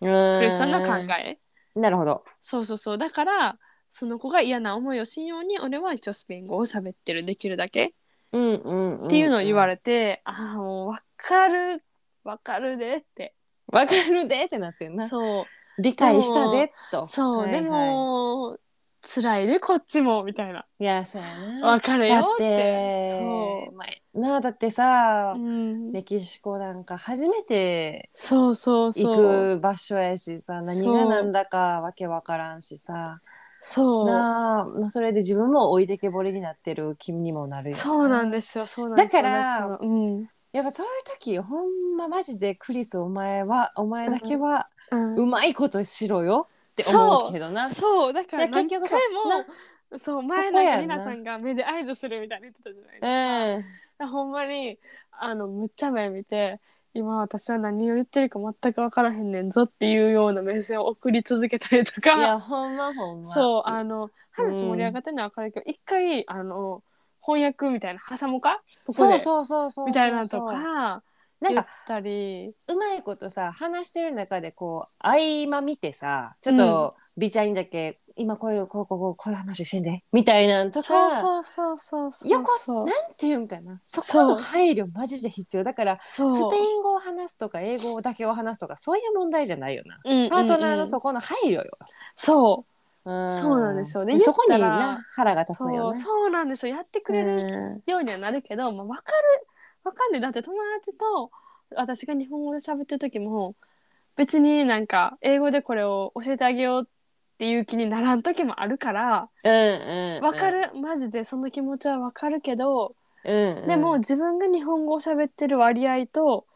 クリスチャンの考え、え。なるほど。そうそうそうだからその子が嫌な思いをしんように俺は一応スペイン語を喋ってるできるだけうんうんん。っていうのを言われれて、ああもう分かる分かるでってわかるでってなってんな。そう理解したでと。そう、はいはいで。も辛いねこっちもみたいないや、そうやな。別れよだうっってて、そまあなあ、だってさう、、うん、メキシコなんか初めてそうそう行そうく場所やしさ、何そうがなんだかわけわからんしさ、そなあ、まあ、それで自分も置いてけぼりになってる気にもなるうよそうなんですよそうなんですよだからうん、うん、やっぱそういう時ほんまマジでクリスお前はお前だけはうまいことしろよって思うけどな。そうだからだから何結回局もそそううそこ前やんななんか皆さんが目で合図するみたいに言ってたじゃないですかなうん、だからほんまにあのむっちゃ目見て今私は何を言ってるか全く分からへんねんぞっていうような目線を送り続けたりとかいやほんまほんま。そうあの話盛り上がってるのは分かるけど、一回あの翻訳みたいな挟もうかここそでうそうそうそうそうみたいなとかなん言っかたりうまいことさ話してる中でこう合間見てさちょっと、ビチャインだけ今こういうこうこうこうこういう話してんでみたいなんとかそうそうそうそうそう横そうなんていうんかなそこの配慮マジで必要だからそうスペイン語を話すとか英語だけを話すとかそういう問題じゃないよな。うんうんうんパートナーのそこの配慮よ。そうそうなんですよねそこに言ったらな腹がう立つそんようね。そうなんですよやってくれるようにはなるけど、まあ、分かる分かんないだって友達と私が日本語で喋ってる時も別になんか英語でこれを教えてあげようっていう気にならん時もあるからうんうんうん。分か。るマジでその気持ちは分かるけどうん、うん。でも、自分が日本語を喋ってる割合と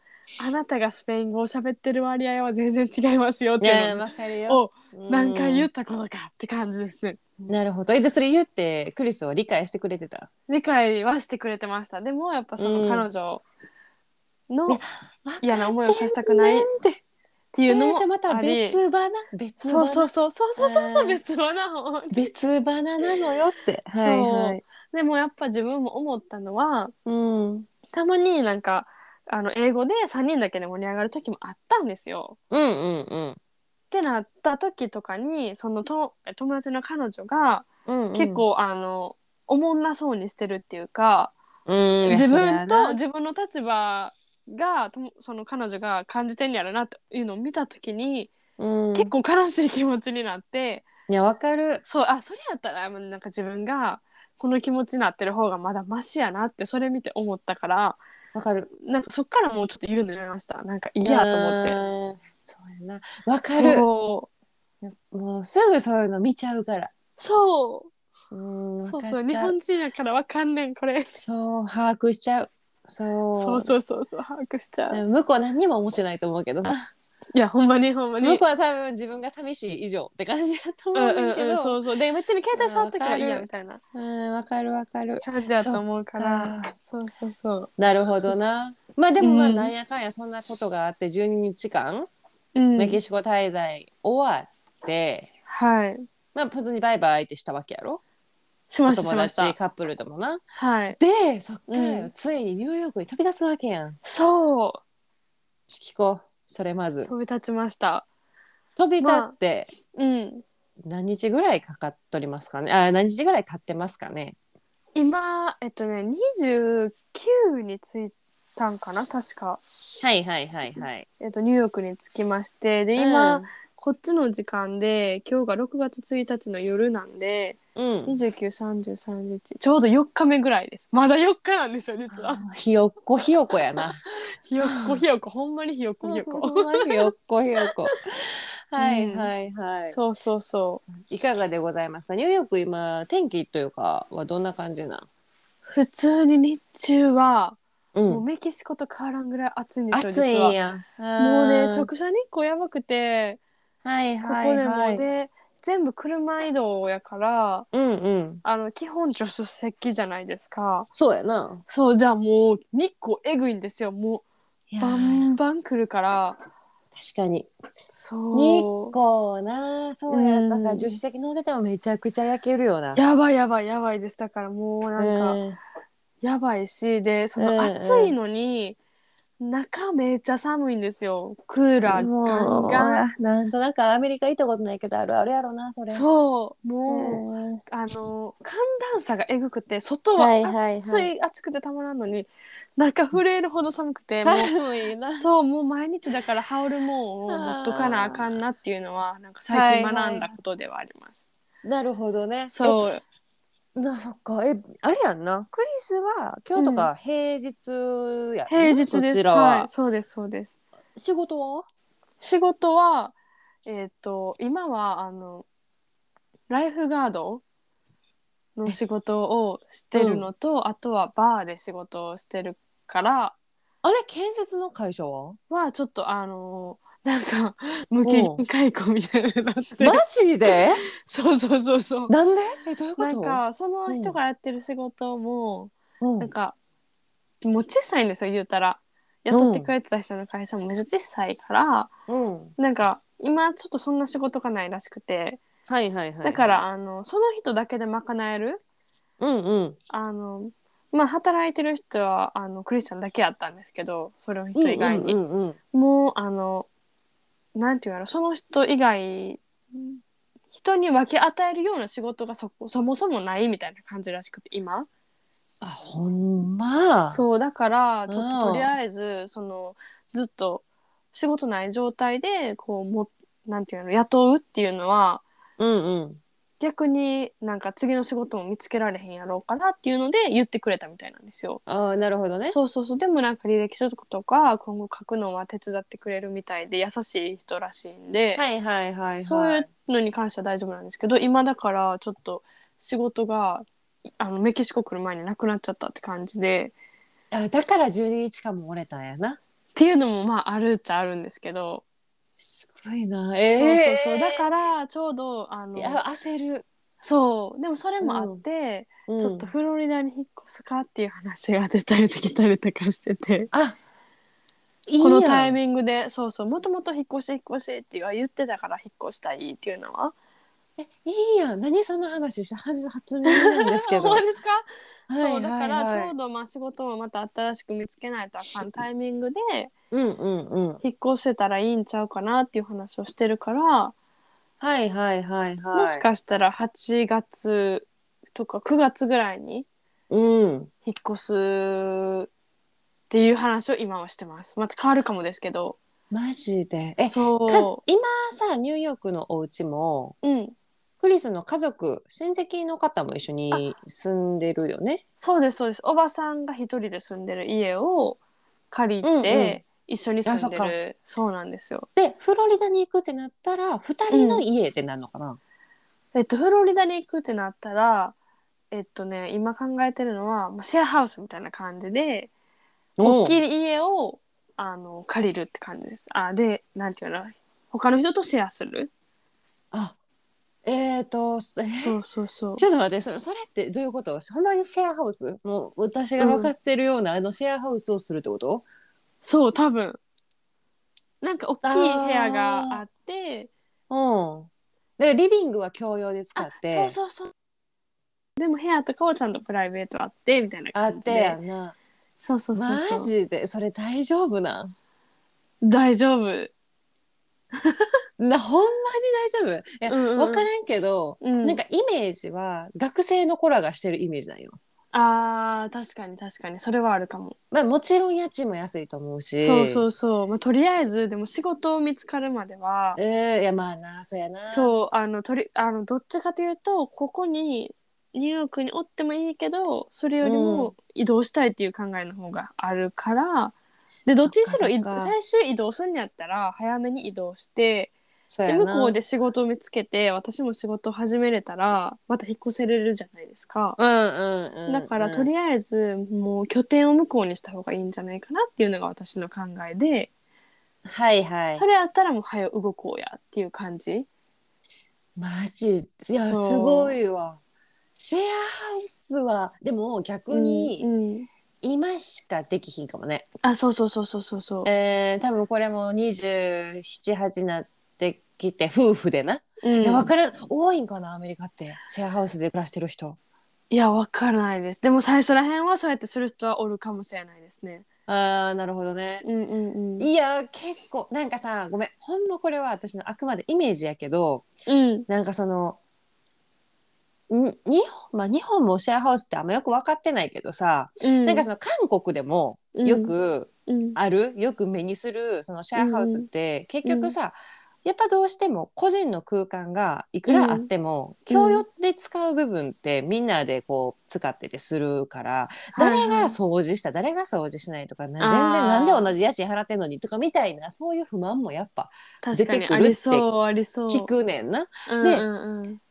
あなたがスペイン語を喋ってる割合は全然違いますよっいていやうのわかるよ。を何回言うっんたことかって感じですね。なるほど。えでそれ言ってクリスは理解してくれてた。理解はしてくれてました。でもやっぱそうのん彼女いやの嫌な思いをさせたく分ないっかってんねんってていうのそれじゃまもたあり別花別そう花そうそうそうそうそうそううん別はなほんまに別花なのよって。そう はいはい。でもやっぱ自分も思ったのはうん。うんたまになんかあの英語で3人だけで盛り上がる時もあったんですよ。うんうんってなった時とかにそのと友達の彼女がうんうん。結構、あのおもんなそうにしてるっていうか、うん自分とい自分の立場がともその彼女が感じてんやろなというのを見た時に、結構構悲しい気持ちになっていやわかる。そうあそれやったらもうなんか自分がこの気持ちになってる方がまだマシやなってそれ見て思ったからわかる。なんかそっからもうちょっと言うのやめましたなんか嫌やと思って。って。そうやな。わかる。そうもうすぐそういうの見ちゃうから。そううん。そうわそかうっち日ゃ本人やからわかんねんこれそう把握しちゃう。そう。そうそうそうそう把握しちゃう。向こうは何にも思ってないと思うけどな。いやほんまにほんまに。向こうは多分自分が寂しい以上って感じだとうん思ううんだけんうんど。そうそうで別に携帯触っとけばいいわかやるみたいなうんわかるわかる。感じやと思うからそっかそうそうそうなるほどな。まあでもまあうんなんやかんやそんなことがあって12日間うんメキシコ滞在終わって、はいまあ普通にバイバイってしたわけやろ。しおました友しました達カップルともな。はいでそっからよ、うんついにニューヨークに飛び出すわけやんそ聞こうそれまうず飛び立ちました飛び立ってうん何日ぐらいかかっとりますかね、あ何日ぐらい経ってますかね今、えっとね、29に着いたんかな、確か。はいはいはいはい。えっと、ニューヨークに着きまして、で、今、こっちの時間で、今日が6月1日の夜なんで、うん、うん。 29、30、31、ちょうど4日目ぐらいです。まだ4日なんですよ、実は。ひよっこひよこ やな。ひよっこひよこ、ほんまにひよっこひよこ。ひよっこ ひよこ。はいはいはい。そうそうそう。いかがでございますかニューヨーク今天気というかはどんな感じなん普通に日中は、うもう。メキシコと変わらんぐらい暑いんですよ、暑い実はん。や。もうねん直射日光やばくてはいこはいこでもはうい。で全部車移動やからうんうん。あの基本助手席じゃないですかそうやな。そうじゃあもう日光えぐいんですよもうバ確ンバン来るからかに。日そう光な、そうや。うんだから助手席乗っててもめちゃくちゃ焼けるよな。やばいやばいやばいですだからもうなんかうんやばいしでそうんの暑いのに中めっちゃ寒いんですよクーラーガもンうガンなんとなくアメリカ行ったことないけどあるあるやろなそれ。そううもう、んあの寒暖差がえぐくて外ははい暑い,、はいはい。暑くてたまらんのに中震えるほど寒くても寒いなうそうもう毎日だから羽織るもんを持っとかなあかんなっていうの はなんか最近学んだことではあります。なるほどね。そうえ。なそっかえあれやんなクリスは今日とか平日やんな、平日でそすちらは、はい、そうですそうです仕事は仕事はえっ、と今はあのライフガードの仕事をしてるのと、あとはバーで仕事をしてるからあれ建設の会社ははちょっとあのーなんか 無期限解雇みたいになって、 マジで そうそうそうそうなんでえどういうこなとんかその人がやってる仕事も、うんなんかもう小さいんですよ言うたら雇ってくれてた人の会社もめっちゃ小さいから、うんなんか今ちょっとそんな仕事がないらしくてはいはいはいだから、あのその人だけで賄えるうんうんあのまあ働いてる人はあのクリスチャンだけやったんですけどそれを人以外に。うんうんうんもうあのなんていうやろその人以外人に分け与えるような仕事がそこそもそもないみたいな感じらしくて今あほんまそうだからちょっうんととりあえずそのずっと仕事ない状態でこうもなんていうの雇うっていうのはうんうん逆になんか次の仕事も見つけられへんやろうからっていうので言ってくれたみたいなんですよ。ああなるほどねそうそうそうでもなんか履歴書とか今後書くのは手伝ってくれるみたいで優しい人らしいんで、はいはいはいはいそういうのに関しては大丈夫なんですけど今だからちょっと仕事があのメキシコ来る前になくなっちゃったって感じであだから12日間も折れたんやなっていうのもまああるっちゃあるんですけど、すごいなえそえうそうそうだからちょうどあのいや焦る、そうでもそれもあって、うんちょっとフロリダに引っ越すかっていう話が出たりできたりとかしてて。あいいやんこのタイミングでそうそうもともと引っ越し引っ越しって言ってたから引っ越したいっていうのはえいいやん何その話しはじ初耳なんですけど ほんはまいですかそうだからはいちはょいうどまあ仕事もまた新しく見つけないとあかんタイミングでうんうんうん引っ越してたらいいんちゃうかなっていう話をしてるから、はいはいはいはいもしかしたら8月とか9月ぐらいにうん引っ越すっていう話を今はしてますまた変わるかもですけどマジでえかそ今さニューヨークのお家もう、うん、クリスの家族親戚の方も一緒に住んでるよねそうですそうですおばさんが一人で住んでる家を借りて、うんうん一緒に住んであそるそうなんですよでフロリダに行くってなったら二人の家でなるのかな、えっと、フロリダに行くってなったら、えっとね、今考えてるのは、まあ、シェアハウスみたいな感じで、おう大きい家を、あの、借りるって感じです。あ、で、なんていうの他の人とシェアする。あえっ、と えそうそうそう。ちょっと待ってそれそれってどういうことほんまにシェアハウスもう私が分かってるような、あのシェアハウスをするってことそう、多分。なんか、大きい部屋があって、うん。でリビングは共用で使あっ、てそうそうそう。でも、部屋とかはちゃんとプライベートあって、みたいな感あっじてで。やんなそうそうそうそう。マジでそれ大丈夫なん大丈夫。なほんまに大丈夫いや、うんうん分からんけど、うんなんかイメージは学生の子らがしてるイメージなんよ。あー確かに確かにそれはあるかも、まあ、もちろん家賃も安いと思うしそうそうそう、まあ、とりあえずでも仕事を見つかるまではえー、いやまあなそうやなうそうあのとりあのどっちかというとここにニューヨークにおってもいいけどそれよりうも移動したいっていう考えの方があるから、でどっちにしろそっ移かそっか最終移動するんやったら早めに移動してそうでやな向こうで仕事を見つけて私も仕事を始めれたらまた引っ越せれるじゃないですか。うんうんうんだからとりあえずもう拠点を向こうにした方がいいんじゃないかなっていうのが私の考えで、はいはいそれあったらもう早く動こうやっていう感じマジいやそうすごいわシェアハウスはでも逆うにんうん今しかできひんかもね、あそうそうそうそうそうそう、えー、多分これも278なってきて夫婦でな、うんいや分からん多いんかなアメリカってシェアハウスで暮らしてる人いやわからないですでも最初らへんはそうやってする人はおるかもしれないですねあーなるほどねうんうんうんいや結構なんかさごめんほんまこれは私のあくまでイメージやけどうんなんかそのん日本まあ日本もシェアハウスってあんまよく分かってないけどさ、うんなんかその韓国でもうんよくうんある、よく目にするそのシェアハウスって結局さ、やっぱどうしても個人の空間がいくらあっても、うん共用で使う部分ってみんなでこう使っててするから、誰が掃除した誰が掃除しないとかなあー全然なんで同じ家賃払ってんのにとかみたいなそういう不満もやっぱ確か出てにくるありそうありそう聞くねんな。うんでうんうん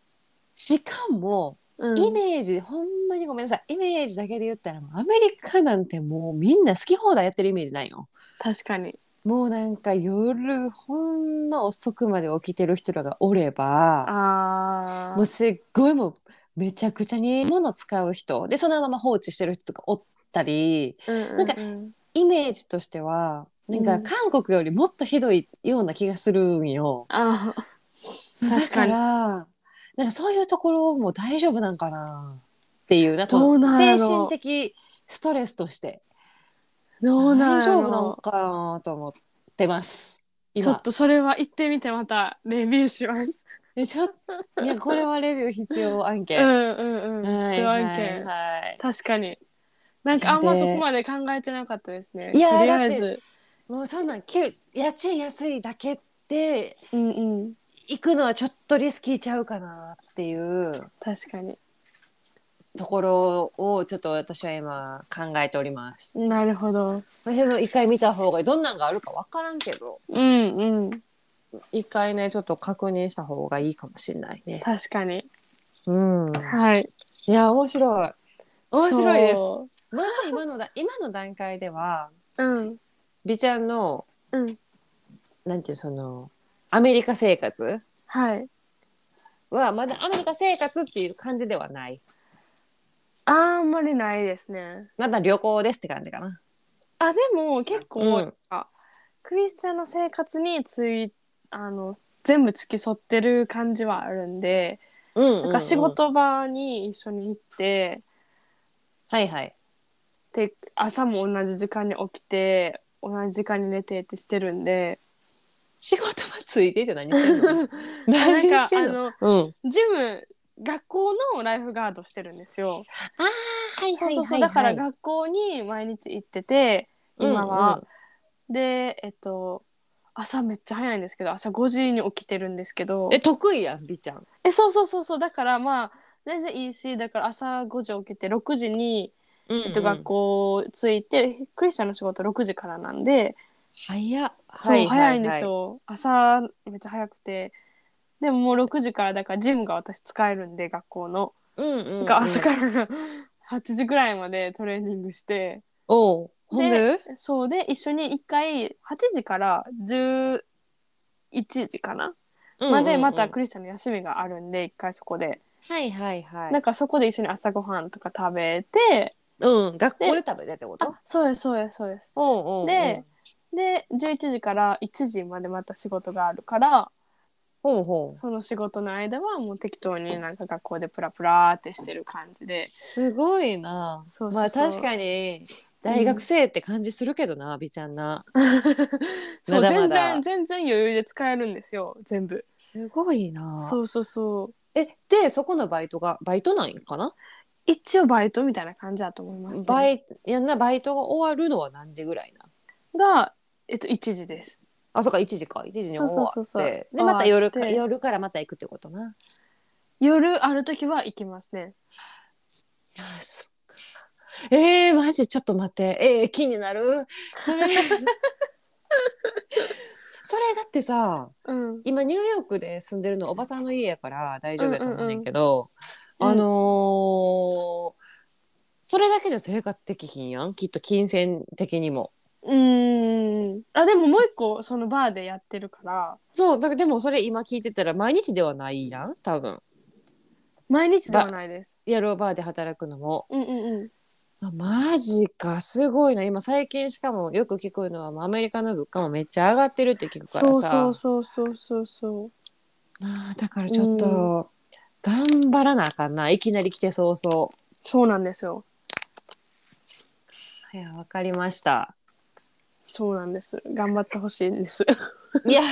しかもうんイメージ、ほんまにごめんなさいイメージだけで言ったらもうアメリカなんてもうみんな好き放題やってるイメージないよ。確かにもうなんか夜ほんま遅くまで起きてる人らがおればあーもうすっごいもうめちゃくちゃに物使う人でそのまま放置してる人とかおったりうんうんうんなんかイメージとしてはなんかうん韓国よりもっとひどいような気がするんよ。あーだ 確かかにらなんかそういうところも大丈夫なんかなっていうなどうなんや精ろ神的ストレスとしてどうなん大やろ丈夫なんかなと思ってます。ちょ今っとそれは行ってみてまたレビューします。えちょっ といやこれはレビュー必要案う件。んうんうん。必要案はい件。はい確かに。なんかあんまでそこまで考えてなかったですね。いやーとりあえず。もうそんなん給家賃安いだけでうんうん。行くのはちょっとリスキーちゃうかなっていう確かに。ところをちょっと私は今考えております。なるほど。でも一回見た方がいいどんなんがあるか分からんけどうんうん。一回ねちょっと確認した方がいいかもしれないね。確かに。うん、はい。いや面白い面白いです。そまだ今のだ今の段階ではう。うん。美ちゃんのうん。なんていうそのアメリカ生活はい。はまだアメリカ生活っていう感じではないあんまりないですね。まだ旅行ですって感じかな。あ、でも結構、うんあクリスチャンの生活につい、あの、全部付き添ってる感じはあるんで、うんなんか仕事場に一緒に行って、はいはい。で朝も同じ時間に起きて同じ時間に寝てってしてるんで仕事はついてて何してんの何なんしかてあんののうん。ジム学校のライフガードしてるんですよ。ああはいそうそうそうだから学校に毎日行ってて今は、でえっと朝めっちゃ早いんですけど朝5時に起きてるんですけどえ得意やん美ちゃん。えそうそうそうそうだからまあ全然いいしだから朝5時起きて6時に、うんえっと、学校着いて、クリスチャンの仕事6時からなんで、早っ。そう、ははは早いんです。よ朝めっちゃ早くてでももう6時からだからジムが私使えるんで学校の、うんうんうん、だから朝から8時ぐらいまでトレーニングしておうほんでそうで一緒に1回8時から11時かな、うんうんうんまでまたクリスチャンの休みがあるんで1回そこで、はいはいはい。なんかそこで一緒に朝ごはんとか食べてうん学校で食べてってことあそうですそうですそうですおうおうおうでで11時から1時までまた仕事があるからほうほう。その仕事の間はもう適当になんか学校でプラプラってしてる感じで。すごいな。そうまそうあそう確かに大学生って感じするけどな、美ちゃんな。そうまだま全だ然全然余裕で使えるんですよ全部。すごいな。そうそうそう。えでそこのバイトがバイトなんかな？一応バイトみたいな感じだと思います、ね。バイイトいやなバイトが終わるのは何時ぐらいなが、えっと、1時です。あそうか1時か1時に終わってそうそうそうそうで終わってまた夜か夜からまた行くってことな夜ある時は行きますね。あそっかえー、マジちょっと待ってえー、気になるそ れそれだってさうん。今ニューヨークで住んでるのおばさんの家やから大丈夫やと思うねんけど、うんうんうんあのーそれだけじゃ生活できひんやんきっと金銭的にも。うーん。あ、でももう一個、そのバーでやってるから、そうだからでもそれ今聞いてたら毎日ではないやん多分毎日ではないです。やろうバーで働くのもうんうんうん。あマジかすごいな今最近しかもよく聞くのはまあアメリカの物価もめっちゃ上がってるって聞くからさそうそうそうそうそうそう。なあだからちょっと頑張らなあかんないきなり来て早々そうなんですよ。いやわかりましたそうなんです。頑張ってほしいんです。 いや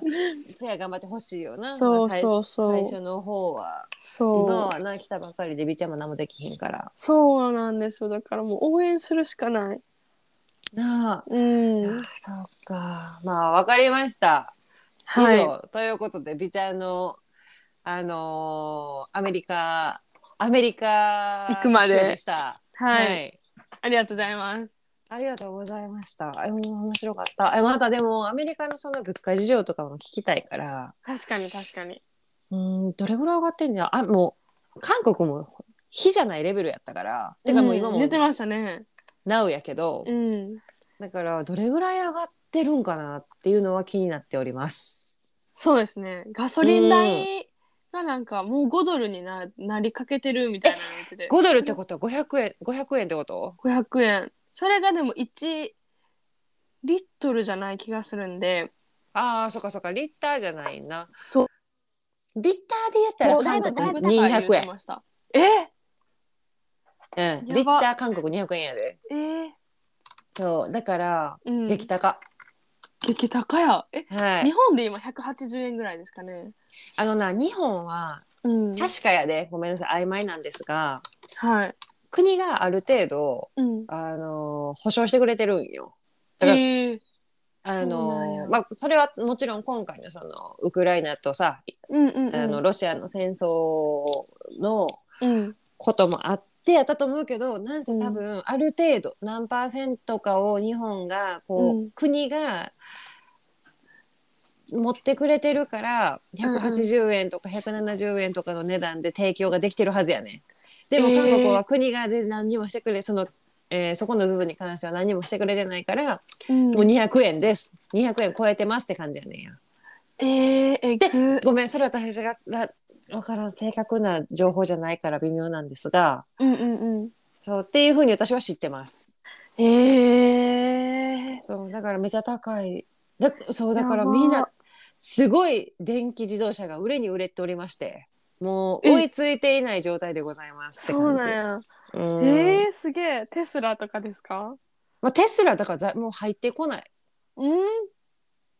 ーせや頑張ってほしいよなそうそうそうまあ最最初の方は今そう。はな来たばかりでビちゃんも何もできひんからそうなんですよ。だからもう応援するしかない。なあうん。あそうかまあわかりました、は以い。上ということでビちゃんのあのーアメリカアメリカ行くまで特集でしたはい。ありがとうございます。ありがとうございました。え、もう面白かった。え、またでもアメリカのその物価事情とかも聞きたいから、確かに確かに。うーん、どれぐらい上がってんのあ、もう韓国も火じゃないレベルやったから、てかもう今んも言ってましたね。なうやけど、うん。だからどれぐらい上がってるんかなっていうのは気になっております。そうですね。ガソリン代がなんかもう5ドルにななりかけてるみたいなの言ってて。 5ドルってことは500円、500円ってこと500円。それがでも1リットルじゃない気がするんで。ああ、そっかそっか、リッターじゃないな。そう。リッターでやっただいらぶだい韓ぶ国高い言っ200てました。え円。うやん、ばリッター韓国200円やで。えーそう、だから、うん、出来高。激高や。え、はい日。本で今180円ぐらいですかね。あのな日本はうん。確かやでごめんなさい曖昧なんですがはい。国がある程度、うん。あのー保証してくれてるんよ。だからえー、あそうなんのやーまあ、それはもちろん今回のそのウクライナとさ、うんうんうん。あのロシアの戦争のうん。こともあってやったと思うけどなんせ多分ある程度何パーセントかを日本がこう、うん国が持ってくれてるからんうん180円とか170円とかの値段で提供ができてるはずやね。でもえー韓国は国がで何にもしてくれ、その、えーそこの部分に関しては何もしてくれてないから、うん、もう200円です200円超えてますって感じやねんや。えー、えでぐごめんそれ私がなわからん正確な情報じゃないから微妙なんですがうんうんうん。そうっていうふうに私は知ってます。えー、そうだからめちゃ高いだそうだからやばみんなすごい電気自動車が売れに売れておりましてもうえ追いついていない状態でございますってそう感なじんや。うんえー、すげえ。テスラとかですかまあ、テスラだからざもう入ってこないうん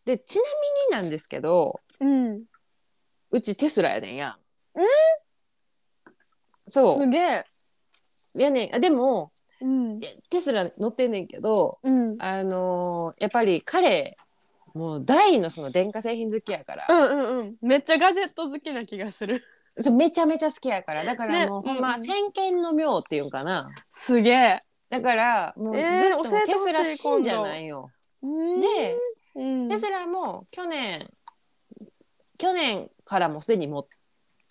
でちなみになんですけどうん。うちテスラやねんやうんそすげえ。うやねんあでもうんい。やテスラ乗ってんねんけどうん。あのーやっぱり彼もう大のその電化製品好きやからう、んうんうん。めっちゃガジェット好きな気がする。そうめちゃめちゃ好きやからだからねもう、うんほんまうん先見の妙っていうんかなすげえ。だからもうずっえーともう教えてテほしいスラ信者なんよ。で、うん、テスラも去年去年からもうすでにも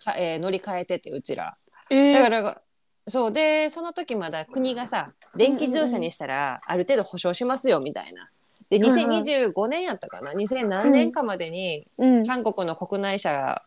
か、えー乗り換えててうちら。えだー、からそうでその時まだ国がさ電気自動車にしたらある程度保証しますよみたいな。でんうん2025年やったかな2000何年かまでにうん。韓国の国内車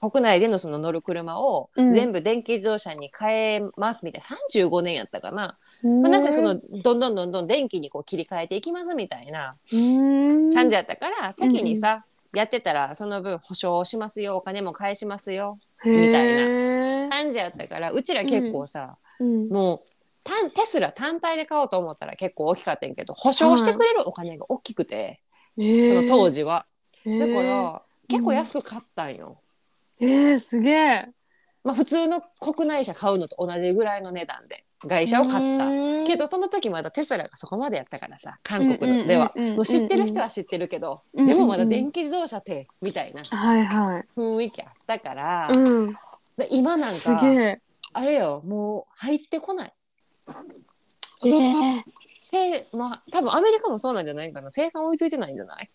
国内でのその乗る車をうん全部電気自動車に変えますみたいな35年やったかな、まあ、なぜそのどんどんどんどん電気にこう切り替えていきますみたいなうん、感じやったから先にさ、やってたらその分保証しますよお金も返しますよみたいなへー感じやったからうちら結構さ、うんもうたんテスラ単体で買おうと思ったら結構大きかったんやけど保証してくれるお金が大きくて、その当時は、えーだかえーら結構安く買ったんよ。えー、すげえ。まあ、普通の国内車買うのと同じぐらいの値段で外車を買ったたけどその時まだテスラがそこまでやったからさ韓国のでは、もう知ってる人は知ってるけど、うんうんでもまだ電気自動車ってみたいなはいはい雰囲気あったから、うんで今なんすかげえあれよもう入ってこないえーせまあ、多分アメリカもそうなんじゃないかな生産置いといてないんじゃない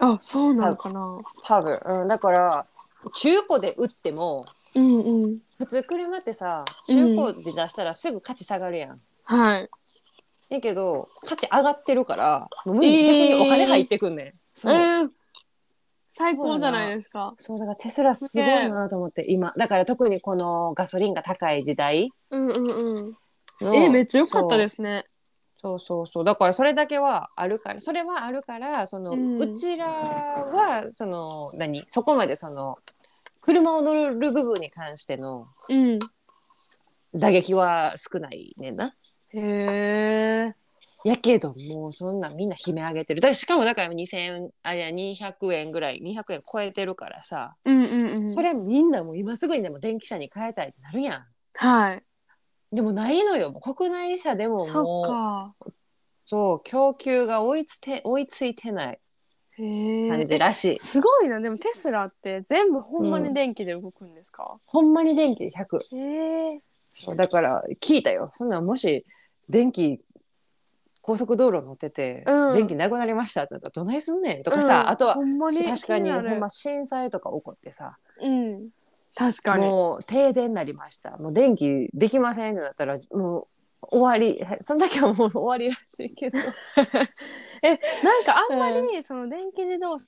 あそうなのかな多分、うん、だから中古で売ってもうんうん普通車ってさ中古で出したらすぐ価値下がるやん。はいやけど価値上がってるからもう無え理ー逆にお金入ってくんねん、そううん最高じゃないですかそうだからテスラすごいなと思って今だから特にこのガソリンが高い時代うんうんうんのえめっちゃ良かったですねそうそうそうだからそれだけはあるからそれはあるからその、ううんちらはその何そこまでその車を乗る部分に関してのうん打撃は少ないねんな。へえやけどもうそんなみんな悲鳴上げてるだからしかもだから2000あいや200円ぐらい200円超えてるからさ、うんうんうんそれみんなもう今すぐにでも電気車に変えたいってなるやはいん。でもないのよもう国内車でもそっもうかそう供給が追いつて追いついてないへえ感じらしい。すごいなでもテスラって全部ほんまに電気で動くんですか、ほんまに電気で100。へえそうだから聞いたよそんなんもし電気高速道路乗ってて、うん電気なくなりましたってなったらどないすんねんとかさ、あとはほんまに確かに気なるほんま震災とか起こってさうん確かにもう停電になりましたもう電気できませんってなったらもう終わりその時はもう終わりらしいけどなんかあんまりその電気自動車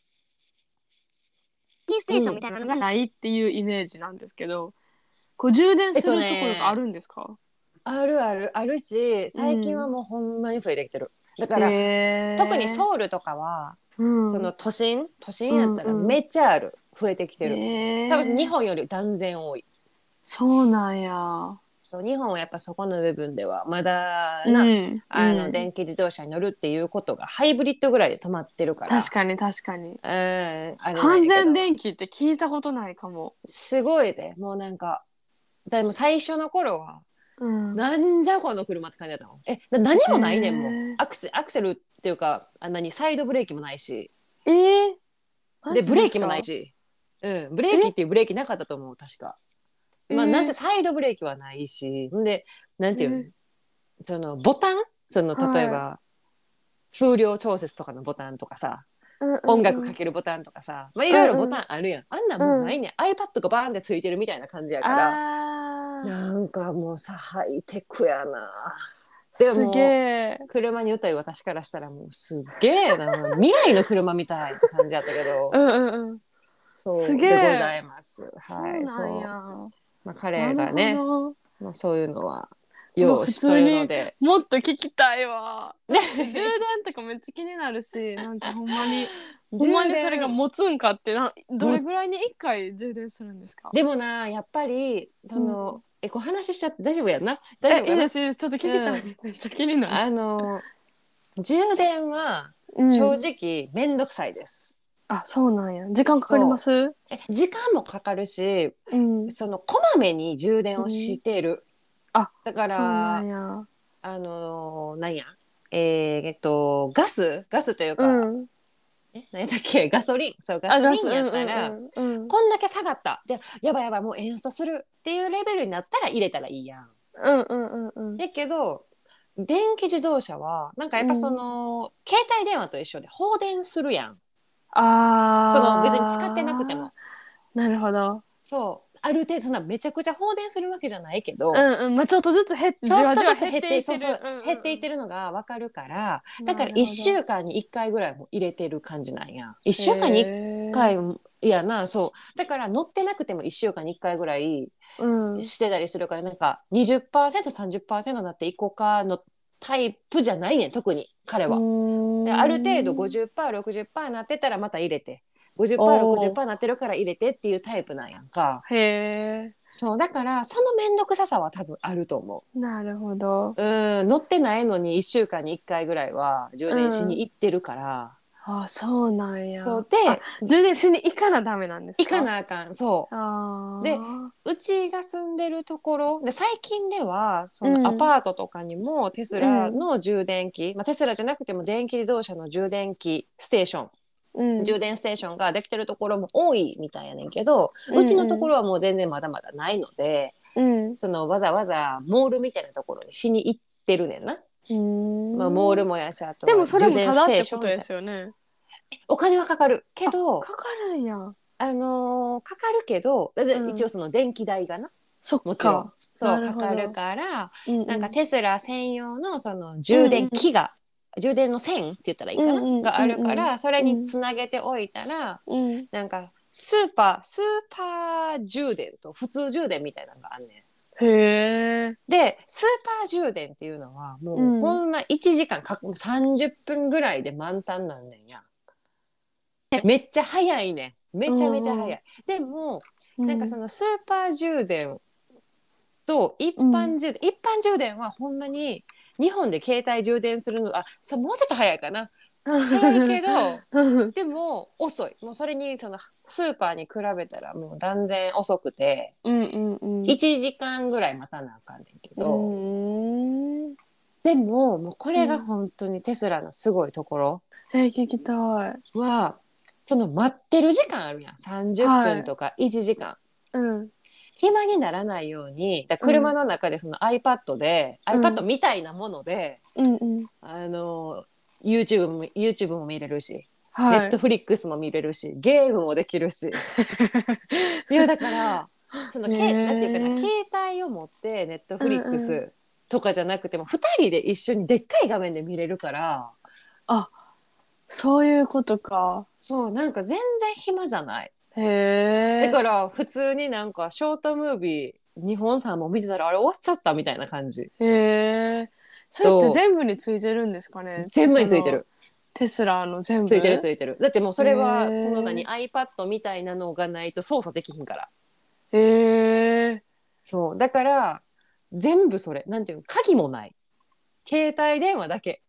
ピーステーションみたいなのがないっていうイメージなんですけど、こう充電するところがあるんですか、あるあるあるし最近はもうほんまに増えてきてる、だから、へー特にソウルとかは、うんその都心都心やったらうんうんめっちゃある増えてきてる、へー多分日本より断然多いそうなんやそう日本はやっぱそこの部分ではまだな、うんあうのん電気自動車に乗るっていうことがハイブリッドぐらいで止まってるから確かに確かにうん、あれなんやけど完全電気って聞いたことないかも、すごいでもうなんかでも最初の頃はうん、なんじゃこの車って感じだったのえな何もないねんもへーうアクセアクセルっていうかあ何サイドブレーキもないしえーマジですかブレーキもないし、うん、ブレーキっていうブレーキなかったと思う確か、まあ、えーなぜサイドブレーキはないしんでなんていうの、えそのボタンそのはい例えば、風量調節とかのボタンとかさうんうんうん音楽かけるボタンとかさ、まあ、いろいろボタンあるやん、あんなんもうないね、ん、iPad がバーンってついてるみたいな感じやからあーなんかもうさハイテクやなでもすげえ車に歌い私からしたらもうすっげえな未来の車みたいって感じやったけど うんうんうんそうすげえでございますそうはいなそうんやまあ、彼がなるねほどまあ、そういうのは用意しとるのでもっと聞きたいわ充ね電とかめっちゃ気になる しなんかほんまにほんまにそれが持つんかってなどれぐらいに1回充電するんですかでもなやっぱりその、うえこう話しちゃって大丈夫やんな大丈えい夫かいなですいいですちょっと聞きたい、めっちゃ気になる、あの充電はうん正直めんどくさいです、あそうなんや時間かかりますうえ時間もかかるしんそのこまめに充電をしてる、うんあだかそうならんやあのなんやえーえっとガスガスというか、うんえ何だっけガソリンそうガあガスソリンやったら、うんうんうんこんだけ下がったでやばいやばいもう塩素するっていうレベルになったら入れたらいいやん。うんうんうんうんやけど電気自動車はなんかやっぱその、携帯電話と一緒で放電するやんあーその別に使ってなくてもなるほどそうある程度そんなめちゃくちゃ放電するわけじゃないけうど、んうんまあちょっとずつ減っちょっとずつじわじ減わっていそうるそううんうん減っていってるのが分かるからだなからるほど1週間に1回ぐらいも入れてる感じなんや1週間に1回いやなそうだから乗ってなくても1週間に1回ぐらいうんしてたりするからなんか 20%30% になっていこうかのタイプじゃないねん特に彼は。である程度 50%60% になってたらまた入れておー 50%60% になってるから入れてっていうタイプなんやんかへえそうだからその面倒くささは多分あると思なるほどううん乗ってないのに1週間に1回ぐらいは充電しに行ってるから、あそうなんや。そうであ充電しに行かなダメなんです行かかなあかんそうあーでうちが住んでるところで最近ではそうんのアパートとかにもテスラの充電器、まあ、テスラじゃなくても電気自動車の充電器ステーション、うん、充電ステーションができてるところも多いみたいやねんけど、ううんうんちのところはもう全然まだまだないのでうんそのわざわざモールみたいなところにしに行ってるねんな、うんまあ、モールもやしあとでもそれ充も電ただスっテーてショことンでみたいなすよね。お金はかかるけどかかるんや。あのーかかるけどだってうん一応その電気代がな、そっもちろんか。そなうるかほどかるから。ううなんかテスラ専用のその充電器が、充電の線って言ったらいいかな、うんうんがあるかうんらそれにつなげておいたら、うん、なんかスーパースーパー充電と普通充電みたいなのがあんねへえ。ん。でスーパー充電っていうのはもう、うんほんま1時間か30分ぐらいで満タンなんねんや。めっちゃ早いねん。めちゃめちゃ早い。でもなんかそのスーパー充電と一般充電、一般充電はほんまに日本で携帯充電するのあさもうちょっと早いかな早いけど うんでも遅いもうそれにそのスーパーに比べたらもう断然遅くて、うんうん。 1時間ぐらい待たなあかんねんけうど、ん。でももうこれが本当にテスラのすごいところえ聞きたい。は、その待ってる時間あるやん30分とか1時間。うん。暇にならないようにだから車の中でその iPad で、うん iPad みたいなもので、うんうん。あの YouTube も YouTube も見れるし、はい。 Netflix も見れるしゲームもでき るしいやだからそのけへーなんていうかな携帯を持って Netflix、うんとかじゃなくても2人で一緒にでっかい画面で見れるからそういうことか。そうなんか全然暇じゃないへえ。だから普通になんかショートムービー日本3本見てたらあれ終わっちゃったみたいな感じへえ。それってそう全部についてるんですかね。全部についてる。テスラの全部。ついてるついてるだってもうそれはへーその何 iPad みたいなのがないと操作できひんからへえ。そうだから全部それなんていうの鍵もない携帯電話だけ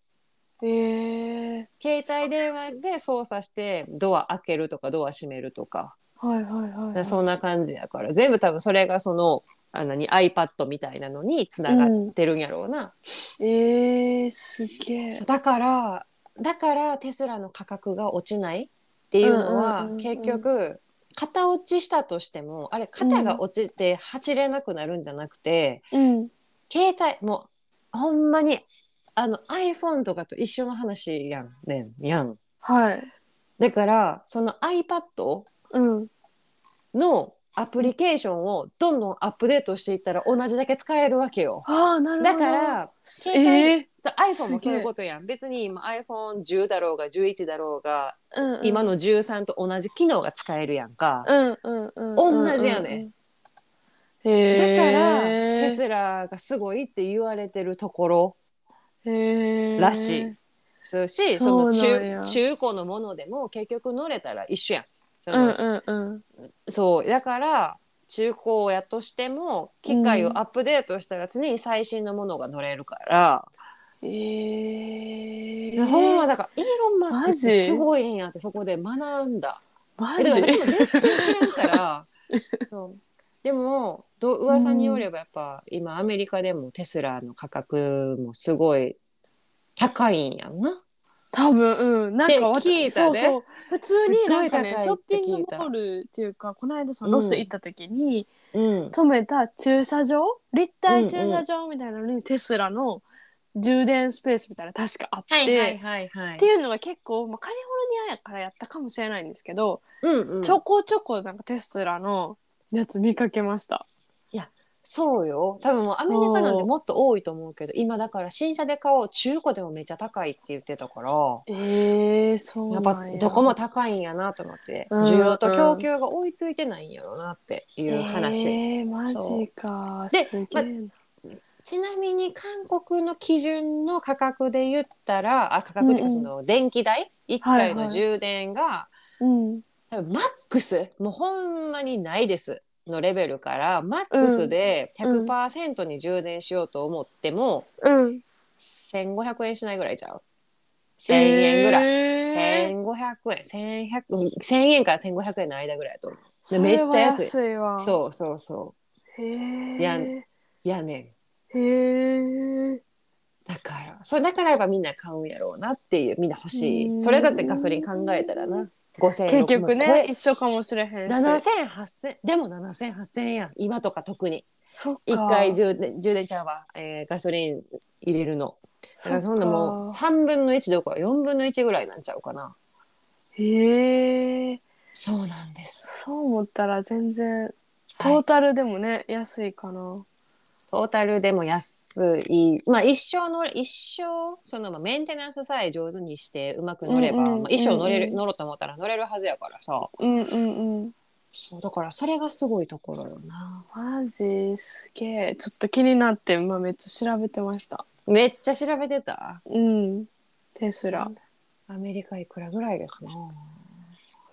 へえ。携帯電話で操作してドア開けるとかドア閉めるとかはいはいはいはい。そんな感じやから全部多分それがそのあ何 iPad みたいなのにつながってるんやろうな、えー、すげえ。そうだからだからテスラの価格が落ちないっていうのは、うんうんうんうん結局型落ちしたとしてもあれ型が落ちて走れなくなるんじゃなくて、うん。携帯もうほんまにあの iPhone とかと一緒の話やんねんやん。はい。だからその iPad うん。のアプリケーションをどんどんアップデートしていったら同じだけ使えるわけよ。ああ、なるほだど。から携帯、え iPhone もそういうことやん別に今 iPhone10 だろうが11だろうがーうんうん、今の13と同じ機能が使えるやんか、うんうんうん、同じやねうんうんうん。へだからえ。テスラがすごいって言われてるところへーらしい。するしそそうのなんや中中古のものでも結局乗れたら一緒やんそうんのうんうん。そうだから中古やとしても機械をアップデートしたら常に最新のものが乗れるから、えほんまー、だからイーロン・マスクっマジてすごいんやってそこで学んだ。マえだから私ジも全然知らんから そうでもどう噂によればやっぱ、今アメリカでもテスラの価格もすごい高いんやんな。多分うんなんかわって聞いたでそうそう普通になんかすねっショごッい高ピいって聞いたングモールっていうかこの間そのロス行った時に、うん、止めた駐車場立体駐車場みたいなのにテスラの充電スペースみたいなの確かあって、はいはっいていうのが結構、まあ、カリフォルニアやからやったかもしれないんですけど、うんうんちょこちょこなんかテスラのやつ見かけました。そうよ多分もうアメリカなんてもっと多いと思うけど今だから新車で買おう中古でもめっちゃ高いって言ってたからええそうやなっんや。ぱどこも高いんやなと思ってうん需要と供給が追いついてないんやろなっていう話。ええマジか。そうすげえなちなみに韓国の基準の価格で言ったらあ価格っていううんうんかその電気代、一はいはい回の充電が、うん。多分マックスもうほんまにないですのレベルからマックスでうん100%に充電しようと思っても、うん。 1500円しないぐらいちゃう1000円ぐらい、えええー、 1500円1100うん1000円から1500円の間ぐらいだと思それはめっちゃ安い安いわうそうそうそへえいやうやねんへえだからそれだからやっぱみんな買うんやろうなっていうみんな欲しうんいそれだってガソリン考えたらな5000円結局もう超ねえ一緒かもしれへん7000 8000でも7000 8000円やん今とか特にそっか一回充電充電ちゃうわ、えーガソリン入れるのだからそんなもうそっか3分の1どころか4分の1ぐらいなんちゃうかなへえそうなんですそう思ったら全然トはいータルでもね、安いかなトータルでも安い、まあ、一生の一生そのまあメンテナンスさえ上手にしてうまく乗れば、うんうんまあ、一生乗れる、うんうん乗ろうと思ったら乗れるはずやからさうんうんうんそうだからそれがすごいところよなマジすげえちょっと気になって今めっちゃ調べてましためっちゃ調べてたうんテスラアメリカいくらぐらいかなこ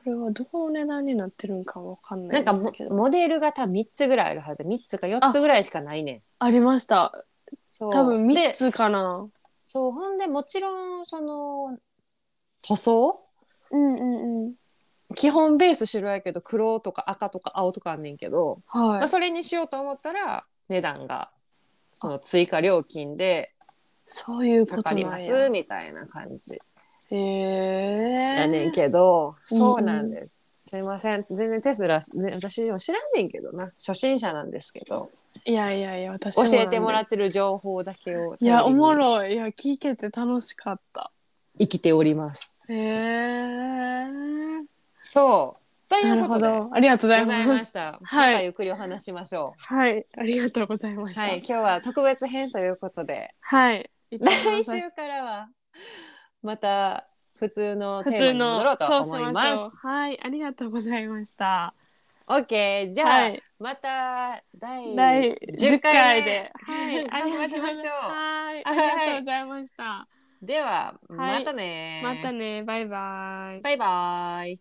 れはどう値段になってるんかわかんなないんかですモけどモデルが多分3つぐらいあるはず3つか4つぐらいしかないねんありましたそう多分3でつかなそうほんでもちろんその塗装うんうんうん基本ベース白やけど黒とか赤とか青とかあんねんけど、はいまあ、それにしようと思ったら値段がその追加料金でそういうこかとかりなまんすやみたいな感じへやねんえけど、うんそうなんです、すいません全然テスラ、ね、私も知らんねんけどな初心者なんですけどいやいやいや私教えてもらっってる情報だけをいやおもいろいいや聞けて楽しかった生きておりますへえそうとないうるこほとでどありがとうごござざいいますました、はいまたゆっくりお話しましょはいありがとうございましうたはい今日は特別編ということではい一 旦来話し週からはまた普通の普テーマ通に戻ろのうと思いそまうしましす。ょうはいありがとうございましたオッケーじゃあ、はいまた第第10 10回回でで、 はい、ありがとうございまし はい、ありがとうございました。では、はいまたねまたね、バイバイ。バイバイ。